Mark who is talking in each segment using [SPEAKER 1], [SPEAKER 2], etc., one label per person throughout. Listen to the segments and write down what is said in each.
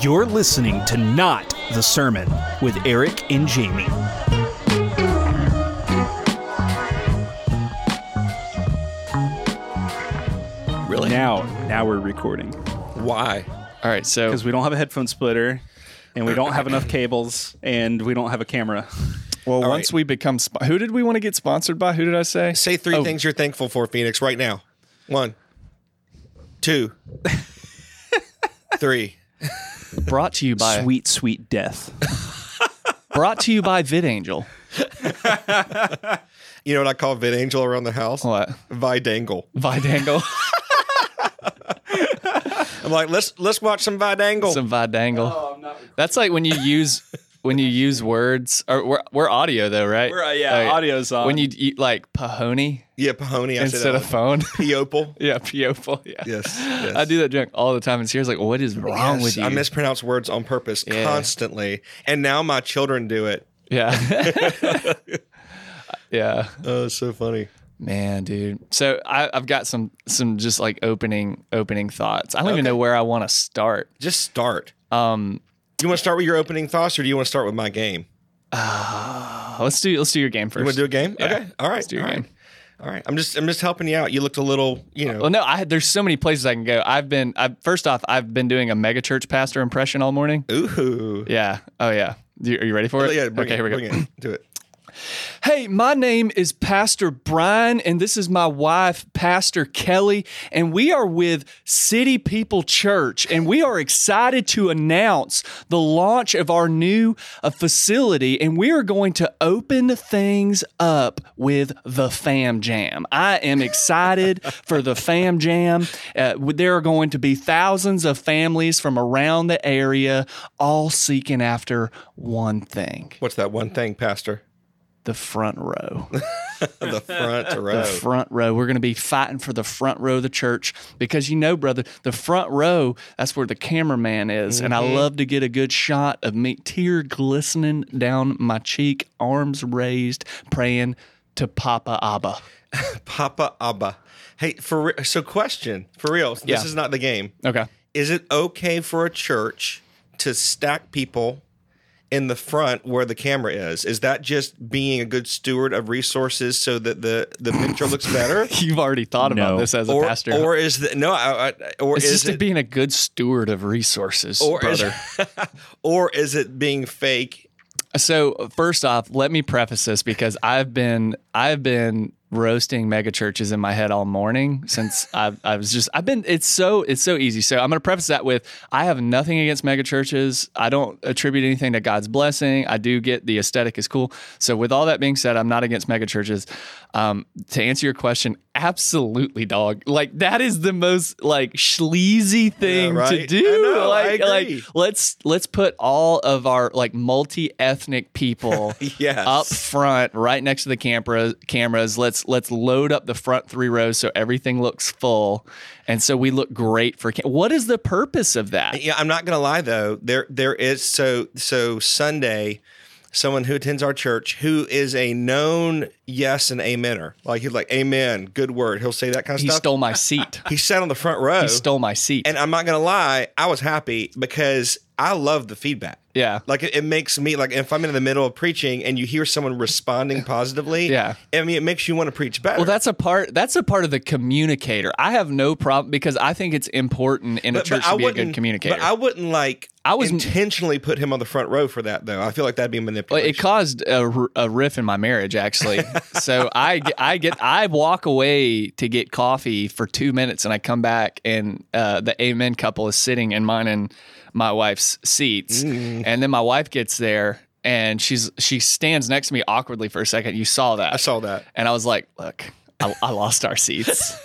[SPEAKER 1] You're listening to Not the Sermon with Eric and Jamie.
[SPEAKER 2] Really?
[SPEAKER 1] Now, now we're recording
[SPEAKER 2] Why?
[SPEAKER 3] All right, so
[SPEAKER 1] because we don't have a headphone splitter and we don't have enough cables and we don't have a camera.
[SPEAKER 3] well, once
[SPEAKER 2] right.
[SPEAKER 3] we become spo- who did we want to get sponsored by? Who did I say?
[SPEAKER 2] Say three
[SPEAKER 3] three
[SPEAKER 2] things you're thankful for, Phoenix, right now. One, two, three.
[SPEAKER 3] Brought to you by
[SPEAKER 1] Sweet, sweet death.
[SPEAKER 3] brought to you by VidAngel.
[SPEAKER 2] You know what I call VidAngel around the house?
[SPEAKER 3] What?
[SPEAKER 2] Vidangle.
[SPEAKER 3] Vidangle.
[SPEAKER 2] I'm like, let's let's watch some Vidangle.
[SPEAKER 3] Some Vidangle.
[SPEAKER 1] Oh,
[SPEAKER 3] That's like when you use when you use words or we're, we're audio though, right?
[SPEAKER 1] We're, uh, yeah,
[SPEAKER 3] Like,
[SPEAKER 1] audio's on.
[SPEAKER 3] When you eat like pahoni
[SPEAKER 2] yeah, Pahoney. I
[SPEAKER 3] instead of phone.
[SPEAKER 2] Piopal.
[SPEAKER 3] yeah, pioful. Yeah.
[SPEAKER 2] Yes, yes.
[SPEAKER 3] I do that drink all the time and Sierra's like, "What is wrong
[SPEAKER 2] Yes,
[SPEAKER 3] with you?"
[SPEAKER 2] I mispronounce words on purpose
[SPEAKER 3] Yeah.
[SPEAKER 2] constantly, and now my children do it.
[SPEAKER 3] yeah. yeah.
[SPEAKER 2] Oh, it's so funny.
[SPEAKER 3] Man, dude. So I, I've got some some just like opening opening thoughts. I don't even know where I want to start.
[SPEAKER 2] Just start.
[SPEAKER 3] Um,
[SPEAKER 2] Do you want to start with your opening thoughts, or do you want to start with my game?
[SPEAKER 3] oh, let's do let's do your game
[SPEAKER 2] You want
[SPEAKER 3] first.
[SPEAKER 2] to do a game?
[SPEAKER 3] Yeah.
[SPEAKER 2] Okay. All right.
[SPEAKER 3] Let's do your
[SPEAKER 2] all
[SPEAKER 3] game. Uh,
[SPEAKER 2] right. All right. I'm just I'm just helping you out. You looked a little, you know.
[SPEAKER 3] Well, no, I there's so many places I can go. I've been I, first off, I've been doing a mega church pastor impression all morning.
[SPEAKER 2] Ooh.
[SPEAKER 3] Yeah. Oh yeah. You, are you ready for it?
[SPEAKER 2] Oh, Yeah, bring
[SPEAKER 3] okay,
[SPEAKER 2] it,
[SPEAKER 3] here we go.
[SPEAKER 2] bring it. Do it.
[SPEAKER 3] Hey, my name is Pastor Brian, and this is my wife, Pastor Kelly, and we are with City People Church, and we are excited to announce the launch of our new uh, facility, and we are going to open things up with the Fam Jam. I am excited for the Fam Jam. Uh, there are going to be thousands of families from around the area, all seeking after one thing
[SPEAKER 2] What's that one thing, Pastor?
[SPEAKER 3] the front row.
[SPEAKER 2] The front row.
[SPEAKER 3] the front row. We're going to be fighting for the front row of the church because you know, brother, the front row, that's where the cameraman is. And
[SPEAKER 2] Mm-hmm.
[SPEAKER 3] I love to get a good shot of me, tear glistening down my cheek, arms raised, praying to Papa Abba.
[SPEAKER 2] Papa Abba. Hey, for re- so question for real. This
[SPEAKER 3] Yeah.
[SPEAKER 2] is not the game.
[SPEAKER 3] Okay.
[SPEAKER 2] Is it okay for a church to stack people in the front where the camera is? Is that just being a good steward of resources so that the the picture looks better?
[SPEAKER 3] You've already thought
[SPEAKER 1] No.
[SPEAKER 3] about this as a
[SPEAKER 2] Or,
[SPEAKER 3] pastor.
[SPEAKER 2] or is the, no? I, I, or
[SPEAKER 3] it's
[SPEAKER 2] is
[SPEAKER 3] just
[SPEAKER 2] it
[SPEAKER 3] being a good steward of resources,
[SPEAKER 2] or is,
[SPEAKER 3] brother.
[SPEAKER 2] or is it being fake?
[SPEAKER 3] So first off, let me preface this because I've been I've been roasting mega churches in my head all morning since I I was just I've been it's so it's so easy. So I'm going to preface that with I have nothing against mega churches. I don't attribute anything to God's blessing. I do get the aesthetic is cool. So with all that being said, I'm not against mega churches. Um, to answer your question, absolutely, dog. Like that is the most like sleazy thing to
[SPEAKER 2] right?
[SPEAKER 3] do.
[SPEAKER 2] I know, I
[SPEAKER 3] like
[SPEAKER 2] agree.
[SPEAKER 3] like let's let's put all of our like multi-ethnic people
[SPEAKER 2] Yes.
[SPEAKER 3] up front right next to the camera cameras let's let's load up the front three rows so everything looks full and so we look great for cam- what is the purpose of that
[SPEAKER 2] Yeah, I'm not gonna lie though. There there is so so Sunday, someone who attends our church who is a known yes and amener. Like he's like, Amen, good word. He'll say that kind of
[SPEAKER 3] he
[SPEAKER 2] stuff.
[SPEAKER 3] stole my seat
[SPEAKER 2] he sat on the front row.
[SPEAKER 3] he stole my seat
[SPEAKER 2] Oh. and I'm not gonna lie, I was happy because I love the feedback.
[SPEAKER 3] yeah
[SPEAKER 2] Like it, it makes me like if I'm in the middle of preaching and you hear someone responding positively,
[SPEAKER 3] Yeah.
[SPEAKER 2] I mean it makes you want to preach better.
[SPEAKER 3] well, that's a part. That's a part of the communicator. I have no problem because I think it's important in a church to be a good communicator.
[SPEAKER 2] But I wouldn't like
[SPEAKER 3] I was-
[SPEAKER 2] intentionally put him on the front row for that though. I feel like that'd be
[SPEAKER 3] Well,
[SPEAKER 2] manipulation.
[SPEAKER 3] it caused a, r- a riff in my marriage, actually. so I, g- I get I walk away to get coffee for two minutes, and I come back, and uh, the amen couple is sitting in mine and my wife's seats,
[SPEAKER 2] Mm.
[SPEAKER 3] and then my wife gets there, and she's she stands next to me awkwardly for a second. You saw that,
[SPEAKER 2] I saw that.
[SPEAKER 3] and I was like, look, I, I lost our seats,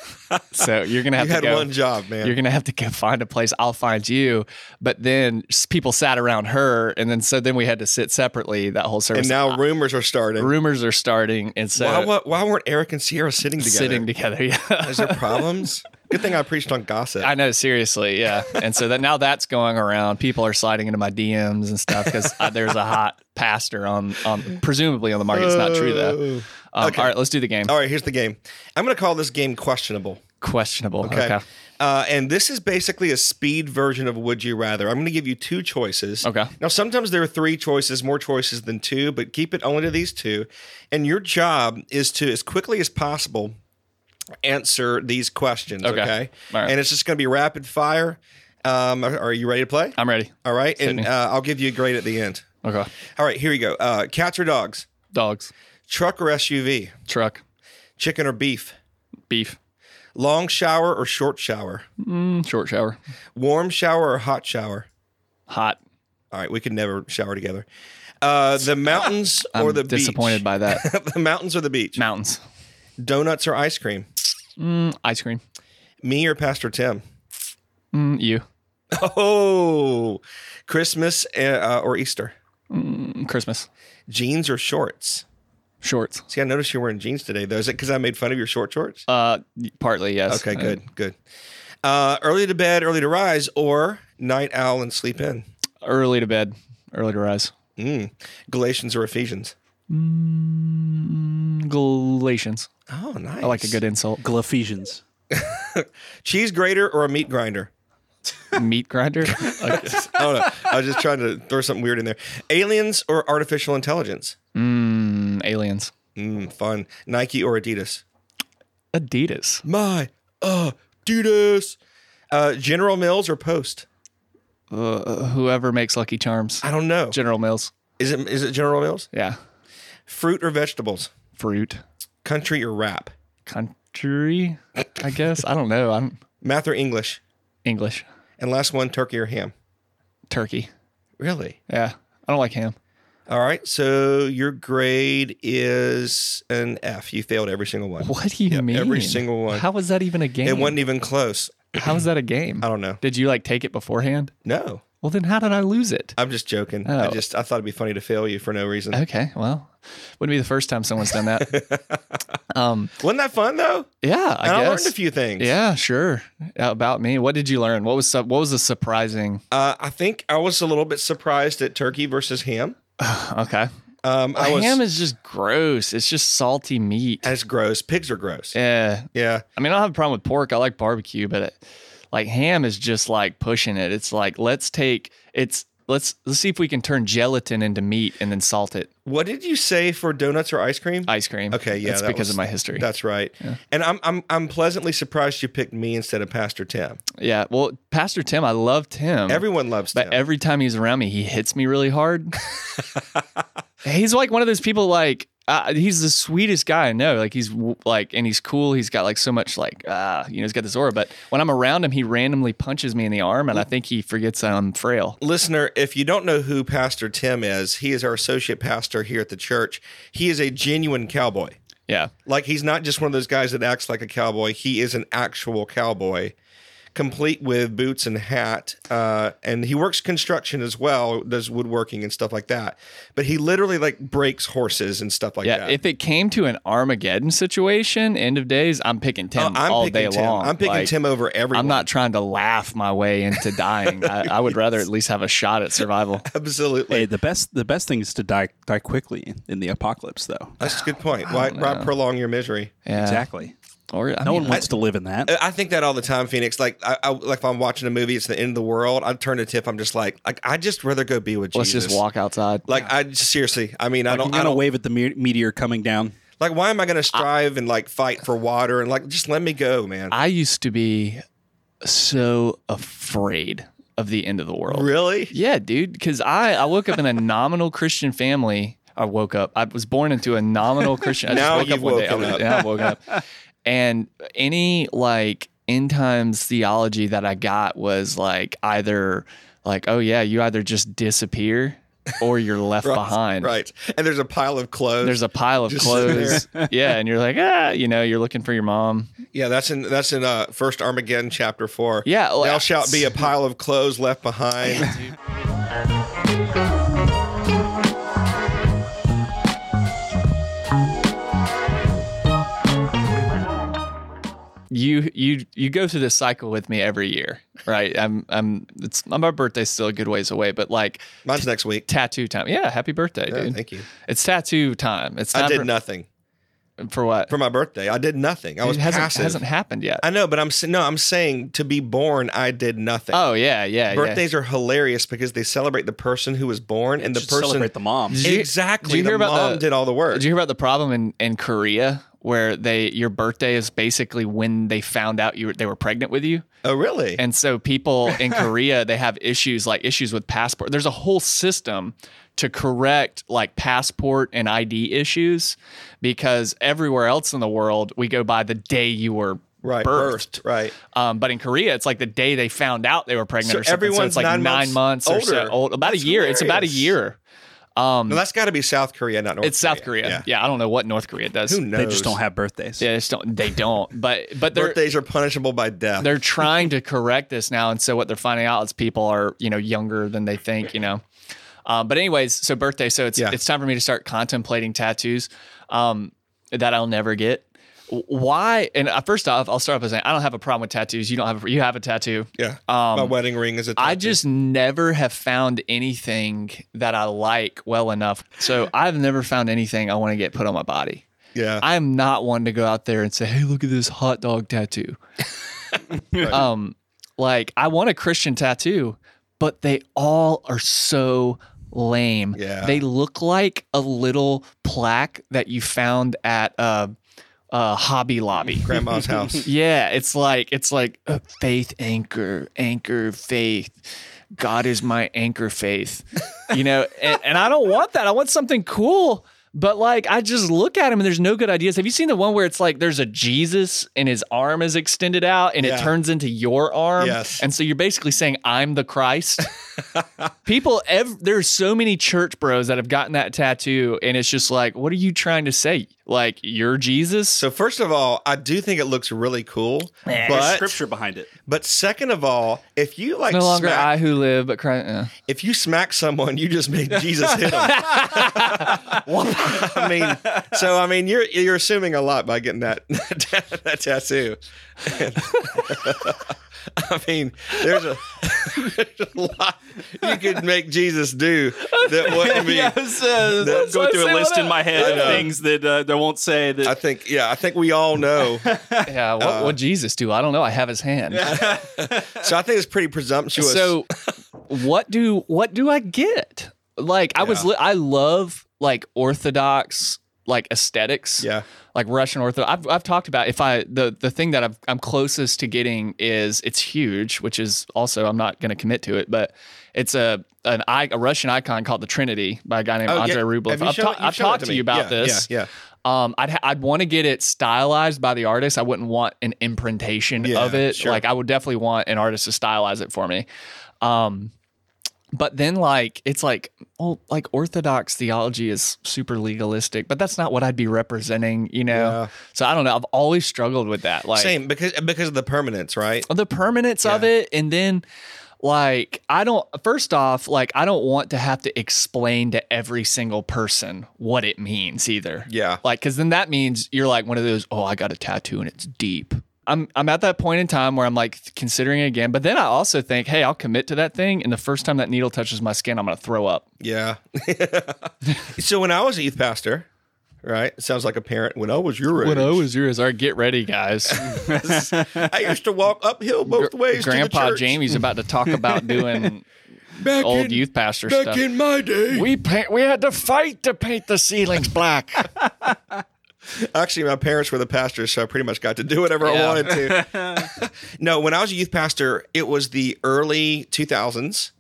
[SPEAKER 3] so you're gonna have
[SPEAKER 2] You
[SPEAKER 3] to
[SPEAKER 2] had
[SPEAKER 3] go
[SPEAKER 2] one job, man.
[SPEAKER 3] you're gonna have to go find a place. I'll find you. But then s- people sat around her, and then so then we had to sit separately that whole
[SPEAKER 2] and
[SPEAKER 3] service.
[SPEAKER 2] now rumors are starting.
[SPEAKER 3] rumors are starting, and so
[SPEAKER 2] why, why, why weren't Eric and Sierra sitting together?
[SPEAKER 3] sitting together. Yeah,
[SPEAKER 2] Is there problems? Good thing I preached on gossip.
[SPEAKER 3] I know. Seriously, yeah. And so that now that's going around. People are sliding into my DMs and stuff because there's a hot pastor on on presumably on
[SPEAKER 2] Oh.
[SPEAKER 3] the market. It's not true though. Um, All right, let's do the game.
[SPEAKER 2] All right, here's the game. I'm going to call this game questionable.
[SPEAKER 3] questionable. Okay.
[SPEAKER 2] Okay.
[SPEAKER 3] Okay.
[SPEAKER 2] Uh, and this is basically a speed version of Would You Rather. I'm going to give you two choices.
[SPEAKER 3] Okay.
[SPEAKER 2] Now, sometimes there are three choices, more choices than two, but keep it only to these two. And your job is to, as quickly as possible, answer these questions. Okay.
[SPEAKER 3] Okay. All right.
[SPEAKER 2] And it's just going to be rapid fire. Um, are are you ready to play?
[SPEAKER 3] I'm ready.
[SPEAKER 2] All right. And uh, I'll give you a grade at the end.
[SPEAKER 3] Okay.
[SPEAKER 2] All right. Here we go. Uh, cats or dogs?
[SPEAKER 3] Dogs,
[SPEAKER 2] Truck or SUV?
[SPEAKER 3] truck,
[SPEAKER 2] Chicken or beef?
[SPEAKER 3] beef,
[SPEAKER 2] Long shower or short shower?
[SPEAKER 3] mm, short shower,
[SPEAKER 2] Warm shower or hot shower?
[SPEAKER 3] hot.
[SPEAKER 2] All right, we could never shower together. Uh, the mountains
[SPEAKER 3] I'm
[SPEAKER 2] or the
[SPEAKER 3] disappointed
[SPEAKER 2] beach?
[SPEAKER 3] by that.
[SPEAKER 2] the mountains or the beach?
[SPEAKER 3] Mountains,
[SPEAKER 2] Donuts or ice cream?
[SPEAKER 3] mm, ice cream,
[SPEAKER 2] Me or Pastor Tim?
[SPEAKER 3] mm, you,
[SPEAKER 2] Oh, Christmas uh, uh, or Easter?
[SPEAKER 3] Mm, Christmas,
[SPEAKER 2] Jeans or shorts?
[SPEAKER 3] shorts.
[SPEAKER 2] See, I noticed you're wearing jeans today, though. Is it because I made fun of your short shorts?
[SPEAKER 3] Uh, partly yes.
[SPEAKER 2] okay,
[SPEAKER 3] Uh,
[SPEAKER 2] good, good. Uh, early to bed, early to rise, or night owl and sleep in?
[SPEAKER 3] early to bed, early to rise.
[SPEAKER 2] Mm. Galatians or Ephesians?
[SPEAKER 3] Mm, Galatians.
[SPEAKER 2] Oh, nice.
[SPEAKER 3] I like a good insult.
[SPEAKER 1] Glyphesians.
[SPEAKER 2] cheese grater or a meat grinder.
[SPEAKER 3] Meat grinder. Like,
[SPEAKER 2] I don't know. I was just trying to throw something weird in there. Aliens or artificial intelligence?
[SPEAKER 3] mm, aliens.
[SPEAKER 2] Mm, fun. Nike or Adidas?
[SPEAKER 3] Adidas.
[SPEAKER 2] My Adidas. Uh, General Mills or Post?
[SPEAKER 3] Uh, whoever makes Lucky Charms.
[SPEAKER 2] I don't know.
[SPEAKER 3] General Mills.
[SPEAKER 2] Is it is it General Mills?
[SPEAKER 3] Yeah.
[SPEAKER 2] Fruit or vegetables?
[SPEAKER 3] Fruit.
[SPEAKER 2] Country or rap?
[SPEAKER 3] Country. I guess. I don't know. I'm
[SPEAKER 2] Math or English?
[SPEAKER 3] English.
[SPEAKER 2] And last one, turkey or ham?
[SPEAKER 3] Turkey.
[SPEAKER 2] Really?
[SPEAKER 3] Yeah. I don't like ham.
[SPEAKER 2] All right. So your grade is an F. You failed every single one.
[SPEAKER 3] What do you mean?
[SPEAKER 2] every single one.
[SPEAKER 3] How was that even a game?
[SPEAKER 2] It wasn't even close.
[SPEAKER 3] How was that a game?
[SPEAKER 2] I don't know.
[SPEAKER 3] Did you like take it beforehand?
[SPEAKER 2] No,
[SPEAKER 3] Well, then how did I lose it?
[SPEAKER 2] I'm just joking. I
[SPEAKER 3] Oh.
[SPEAKER 2] just I thought it'd be funny to fail you for no reason.
[SPEAKER 3] Okay. Well, wouldn't be the first time someone's done that. um.
[SPEAKER 2] Wasn't that fun though?
[SPEAKER 3] Yeah. I
[SPEAKER 2] And I,
[SPEAKER 3] guess.
[SPEAKER 2] learned a few things.
[SPEAKER 3] Yeah, sure. About me, what did you learn? What was su- what was the surprising?
[SPEAKER 2] Uh, I think I was a little bit surprised at turkey versus ham.
[SPEAKER 3] Okay,
[SPEAKER 2] Um, I was.
[SPEAKER 3] ham is just gross. It's just salty meat.
[SPEAKER 2] that's gross. Pigs are gross.
[SPEAKER 3] Yeah,
[SPEAKER 2] Yeah.
[SPEAKER 3] I mean, I don't have a problem with pork. I like barbecue, but it, like ham is just like pushing it. It's like let's take it's let's let's see if we can turn gelatin into meat and then salt it.
[SPEAKER 2] What did you say for donuts or ice cream?
[SPEAKER 3] Ice cream.
[SPEAKER 2] Okay, yeah,
[SPEAKER 3] that's
[SPEAKER 2] that was-
[SPEAKER 3] because of my history.
[SPEAKER 2] That's right. And I'm I'm I'm pleasantly surprised you picked me instead of Pastor Tim.
[SPEAKER 3] Yeah. Well, Pastor Tim, I love Tim.
[SPEAKER 2] Everyone loves Tim.
[SPEAKER 3] But every time he's around me, he hits me really hard. he's like one of those people like uh, he's the sweetest guy I know. Like he's w- like and he's cool. He's got like so much like uh, you know he's got this aura. But when I'm around him, he randomly punches me in the arm, and I think he forgets I'm frail.
[SPEAKER 2] Listener, if you don't know who Pastor Tim is, he is our associate pastor here at the church. He is a genuine cowboy.
[SPEAKER 3] Yeah,
[SPEAKER 2] Like he's not just one of those guys that acts like a cowboy. He is an actual cowboy, complete with boots and hat. Uh, and he works construction as well, does woodworking and stuff like that. But he literally like breaks horses and stuff like
[SPEAKER 3] yeah.
[SPEAKER 2] that.
[SPEAKER 3] If it came to an Armageddon situation, end of days, I'm picking
[SPEAKER 2] Oh,
[SPEAKER 3] Tim all
[SPEAKER 2] picking
[SPEAKER 3] day
[SPEAKER 2] Tim.
[SPEAKER 3] long.
[SPEAKER 2] I'm picking
[SPEAKER 3] Like,
[SPEAKER 2] Tim over everyone.
[SPEAKER 3] I'm not trying to laugh my way into dying. I, I would rather at least have a shot at survival.
[SPEAKER 2] absolutely.
[SPEAKER 1] Hey, the best the best thing is to die die quickly in the apocalypse, though.
[SPEAKER 2] That's a good point. Why, why prolong your misery?
[SPEAKER 3] Yeah.
[SPEAKER 1] Exactly.
[SPEAKER 3] Or I
[SPEAKER 1] No
[SPEAKER 3] mean,
[SPEAKER 1] one wants to live in that.
[SPEAKER 2] I- I think that all the time, Phoenix. Like, I, I like if I'm watching a movie, it's the end of the world. I turn to Tiff. I'm just like, like I just rather go be with
[SPEAKER 3] let's
[SPEAKER 2] Jesus.
[SPEAKER 3] just walk outside.
[SPEAKER 2] Like, I just- seriously. I mean, I
[SPEAKER 1] I'm
[SPEAKER 2] don't. I
[SPEAKER 1] gonna
[SPEAKER 2] don't
[SPEAKER 1] wave at the me- meteor coming down.
[SPEAKER 2] Like, why am I going to strive and like fight for water and like just let me go, man?
[SPEAKER 3] I used to be so afraid of the end of the world.
[SPEAKER 2] really?
[SPEAKER 3] Yeah, dude. Because I, I woke up in a nominal Christian family. I woke up. I was born into a nominal Christian. I
[SPEAKER 2] Now
[SPEAKER 3] just woke up
[SPEAKER 2] you've
[SPEAKER 3] one day. I
[SPEAKER 2] woken
[SPEAKER 3] was-
[SPEAKER 2] up.
[SPEAKER 3] yeah, I woke up. And any like end times theology that I got was like either like, oh yeah, you either just disappear or you're left behind.
[SPEAKER 2] Right. And there's a pile of clothes.
[SPEAKER 3] There's a pile of
[SPEAKER 2] Just sitting there.
[SPEAKER 3] clothes. yeah, and you're like, ah, you know, you're looking for your mom.
[SPEAKER 2] yeah, that's in that's in uh First Armageddon chapter four.
[SPEAKER 3] Yeah, well,
[SPEAKER 2] thou shalt be a pile of clothes left behind.
[SPEAKER 3] you you you go through this cycle with me every year, right? I'm I'm it's my birthday's still a good ways away, but like
[SPEAKER 2] Mine's next week.
[SPEAKER 3] tattoo time. Yeah, happy birthday,
[SPEAKER 2] Yeah,
[SPEAKER 3] dude.
[SPEAKER 2] thank you.
[SPEAKER 3] It's tattoo time. It's time
[SPEAKER 2] I did
[SPEAKER 3] for-
[SPEAKER 2] nothing.
[SPEAKER 3] for what?
[SPEAKER 2] for my birthday. I did nothing. I was
[SPEAKER 3] it hasn't,
[SPEAKER 2] passive.
[SPEAKER 3] hasn't happened yet.
[SPEAKER 2] I know, but I'm s- no, I'm saying to be born, I did nothing.
[SPEAKER 3] oh yeah, yeah. yeah.
[SPEAKER 2] Birthdays are hilarious because they celebrate the person who was born and the
[SPEAKER 1] Should
[SPEAKER 2] person
[SPEAKER 1] celebrate the mom.
[SPEAKER 3] Did you-
[SPEAKER 2] exactly.
[SPEAKER 3] did you
[SPEAKER 2] the
[SPEAKER 3] hear about
[SPEAKER 2] mom
[SPEAKER 3] the-
[SPEAKER 2] did all the work.
[SPEAKER 3] Did you hear about the problem in, in Korea where they your birthday is basically when they found out you were, they were pregnant with you?
[SPEAKER 2] oh, really?
[SPEAKER 3] And so people in Korea, they have issues like issues with passport. There's a whole system to correct like passport and ID issues because everywhere else in the world, we go by the day you were
[SPEAKER 2] right,
[SPEAKER 3] birthed.
[SPEAKER 2] birthed, right.
[SPEAKER 3] Um, but in Korea, it's like the day they found out they were pregnant
[SPEAKER 2] So
[SPEAKER 3] or something. so
[SPEAKER 2] everyone's
[SPEAKER 3] it's like
[SPEAKER 2] nine
[SPEAKER 3] nine,
[SPEAKER 2] months
[SPEAKER 3] months, or so
[SPEAKER 2] older.
[SPEAKER 3] old. About
[SPEAKER 2] That's
[SPEAKER 3] a year. It's about a
[SPEAKER 2] hilarious.
[SPEAKER 3] year.
[SPEAKER 2] No, that's got to be South Korea, not North.
[SPEAKER 3] Um, It's South Korea. Yeah. I don't know what North Korea does.
[SPEAKER 2] Who knows?
[SPEAKER 1] They just don't have birthdays.
[SPEAKER 3] They just don't. They don't. But but they're
[SPEAKER 2] Birthdays are punishable by death.
[SPEAKER 3] they're trying to correct this now, and so what they're finding out is people are you know younger than they think. You know. Um, but anyways, so birthday. So it's
[SPEAKER 2] Yeah.
[SPEAKER 3] it's time for me to start contemplating tattoos um, that I'll never get. W- Why? And uh, first off, I'll start off by saying I don't have a problem with tattoos. You don't have. A, you have a tattoo.
[SPEAKER 2] Yeah.
[SPEAKER 3] Um,
[SPEAKER 2] My wedding ring is a
[SPEAKER 3] I
[SPEAKER 2] tattoo.
[SPEAKER 3] just never have found anything that I like well enough. So I've never found anything I want to get put on my body.
[SPEAKER 2] yeah.
[SPEAKER 3] I'm not one to go out there and say, "Hey, look at this hot dog tattoo." um, like I want a Christian tattoo, but they all are so lame.
[SPEAKER 2] Yeah.
[SPEAKER 3] They look like a little plaque that you found at uh, uh, Hobby Lobby.
[SPEAKER 2] Grandma's house.
[SPEAKER 3] Yeah, it's like it's like uh, faith anchor, anchor faith. God is my anchor faith. You know, and, and I don't want that. I want something cool. But like I just look at him and there's no good ideas. Have you seen the one where it's like there's a Jesus and his arm is extended out and
[SPEAKER 2] Yeah.
[SPEAKER 3] it turns into your arm?
[SPEAKER 2] Yes.
[SPEAKER 3] And so you're basically saying I'm the Christ. People ev- there's so many church bros that have gotten that tattoo and it's just like what are you trying to say? Like you're Jesus?
[SPEAKER 2] So first of all, I do think it looks really cool,
[SPEAKER 1] There's
[SPEAKER 2] but
[SPEAKER 1] scripture behind it.
[SPEAKER 2] but second of all, if you like
[SPEAKER 3] no longer
[SPEAKER 2] smack,
[SPEAKER 3] I who live, but Christ. uh.
[SPEAKER 2] if you smack someone, you just made Jesus hit him. I mean, so I mean, you're you're assuming a lot by getting that that tattoo. I mean, there's a, there's a lot you could make Jesus do that wouldn't be.
[SPEAKER 1] I'm
[SPEAKER 3] what
[SPEAKER 1] going through
[SPEAKER 3] I said
[SPEAKER 1] a list in
[SPEAKER 3] when I-
[SPEAKER 1] my head
[SPEAKER 2] know.
[SPEAKER 1] of things that uh, they won't say. That
[SPEAKER 2] I think, yeah, I think we all know.
[SPEAKER 3] Yeah,
[SPEAKER 2] Uh,
[SPEAKER 3] what would Jesus do? I don't know. I have his hand.
[SPEAKER 2] So I think it's pretty presumptuous.
[SPEAKER 3] So, what do what do I get? Like I was,
[SPEAKER 2] Yeah.
[SPEAKER 3] li- I love like Orthodox like aesthetics.
[SPEAKER 2] yeah,
[SPEAKER 3] like Russian Orthodox. I've, I've talked about if I the the thing that I've, I'm closest to getting is it's huge, which is also I'm not going to commit to it, but it's a an I, a Russian icon called the Trinity by a guy named
[SPEAKER 2] Oh, yeah.
[SPEAKER 3] Andrei
[SPEAKER 2] Have
[SPEAKER 3] Rublev.
[SPEAKER 2] you
[SPEAKER 3] I've,
[SPEAKER 2] shown-
[SPEAKER 3] ta-
[SPEAKER 2] you've
[SPEAKER 3] I've
[SPEAKER 2] shown it
[SPEAKER 3] talked
[SPEAKER 2] to
[SPEAKER 3] to
[SPEAKER 2] me.
[SPEAKER 3] you about
[SPEAKER 2] Yeah,
[SPEAKER 3] this.
[SPEAKER 2] yeah,
[SPEAKER 3] Um, I'd ha- I'd want to get it stylized by the artist. I wouldn't want an imprintation
[SPEAKER 2] Yeah,
[SPEAKER 3] of it.
[SPEAKER 2] sure.
[SPEAKER 3] Like I would definitely want an artist to stylize it for me. Um, but then like it's like oh like orthodox theology is super legalistic but that's not what i'd be representing you know
[SPEAKER 2] Yeah.
[SPEAKER 3] so i don't know i've always struggled with that like
[SPEAKER 2] same because because of the permanence, right?
[SPEAKER 3] the permanence of it and then like i don't first off like i don't want to have to explain to every single person what it means either
[SPEAKER 2] Yeah.
[SPEAKER 3] like because then that means you're like one of those oh i got a tattoo and it's deep I'm, I'm at that point in time where I'm like th- considering it again, but then I also think, hey, I'll commit to that thing. And the first time that needle touches my skin, I'm going to throw up.
[SPEAKER 2] Yeah. so when I was a youth pastor, right? It sounds like a parent. When I was your age,
[SPEAKER 3] When I was yours, all right, get ready, guys.
[SPEAKER 2] I used to walk uphill both ways. to the
[SPEAKER 3] Grandpa
[SPEAKER 2] church.
[SPEAKER 3] Jamie's about to talk about doing
[SPEAKER 2] back
[SPEAKER 3] old
[SPEAKER 2] in,
[SPEAKER 3] youth pastor
[SPEAKER 2] back
[SPEAKER 3] stuff.
[SPEAKER 2] in my day.
[SPEAKER 3] we paint, we had to fight to paint the ceilings black.
[SPEAKER 2] Actually, my parents were the pastors, so I pretty much got to do whatever I
[SPEAKER 3] Yeah.
[SPEAKER 2] wanted to. no, when I was a youth pastor, it was the early 2000s.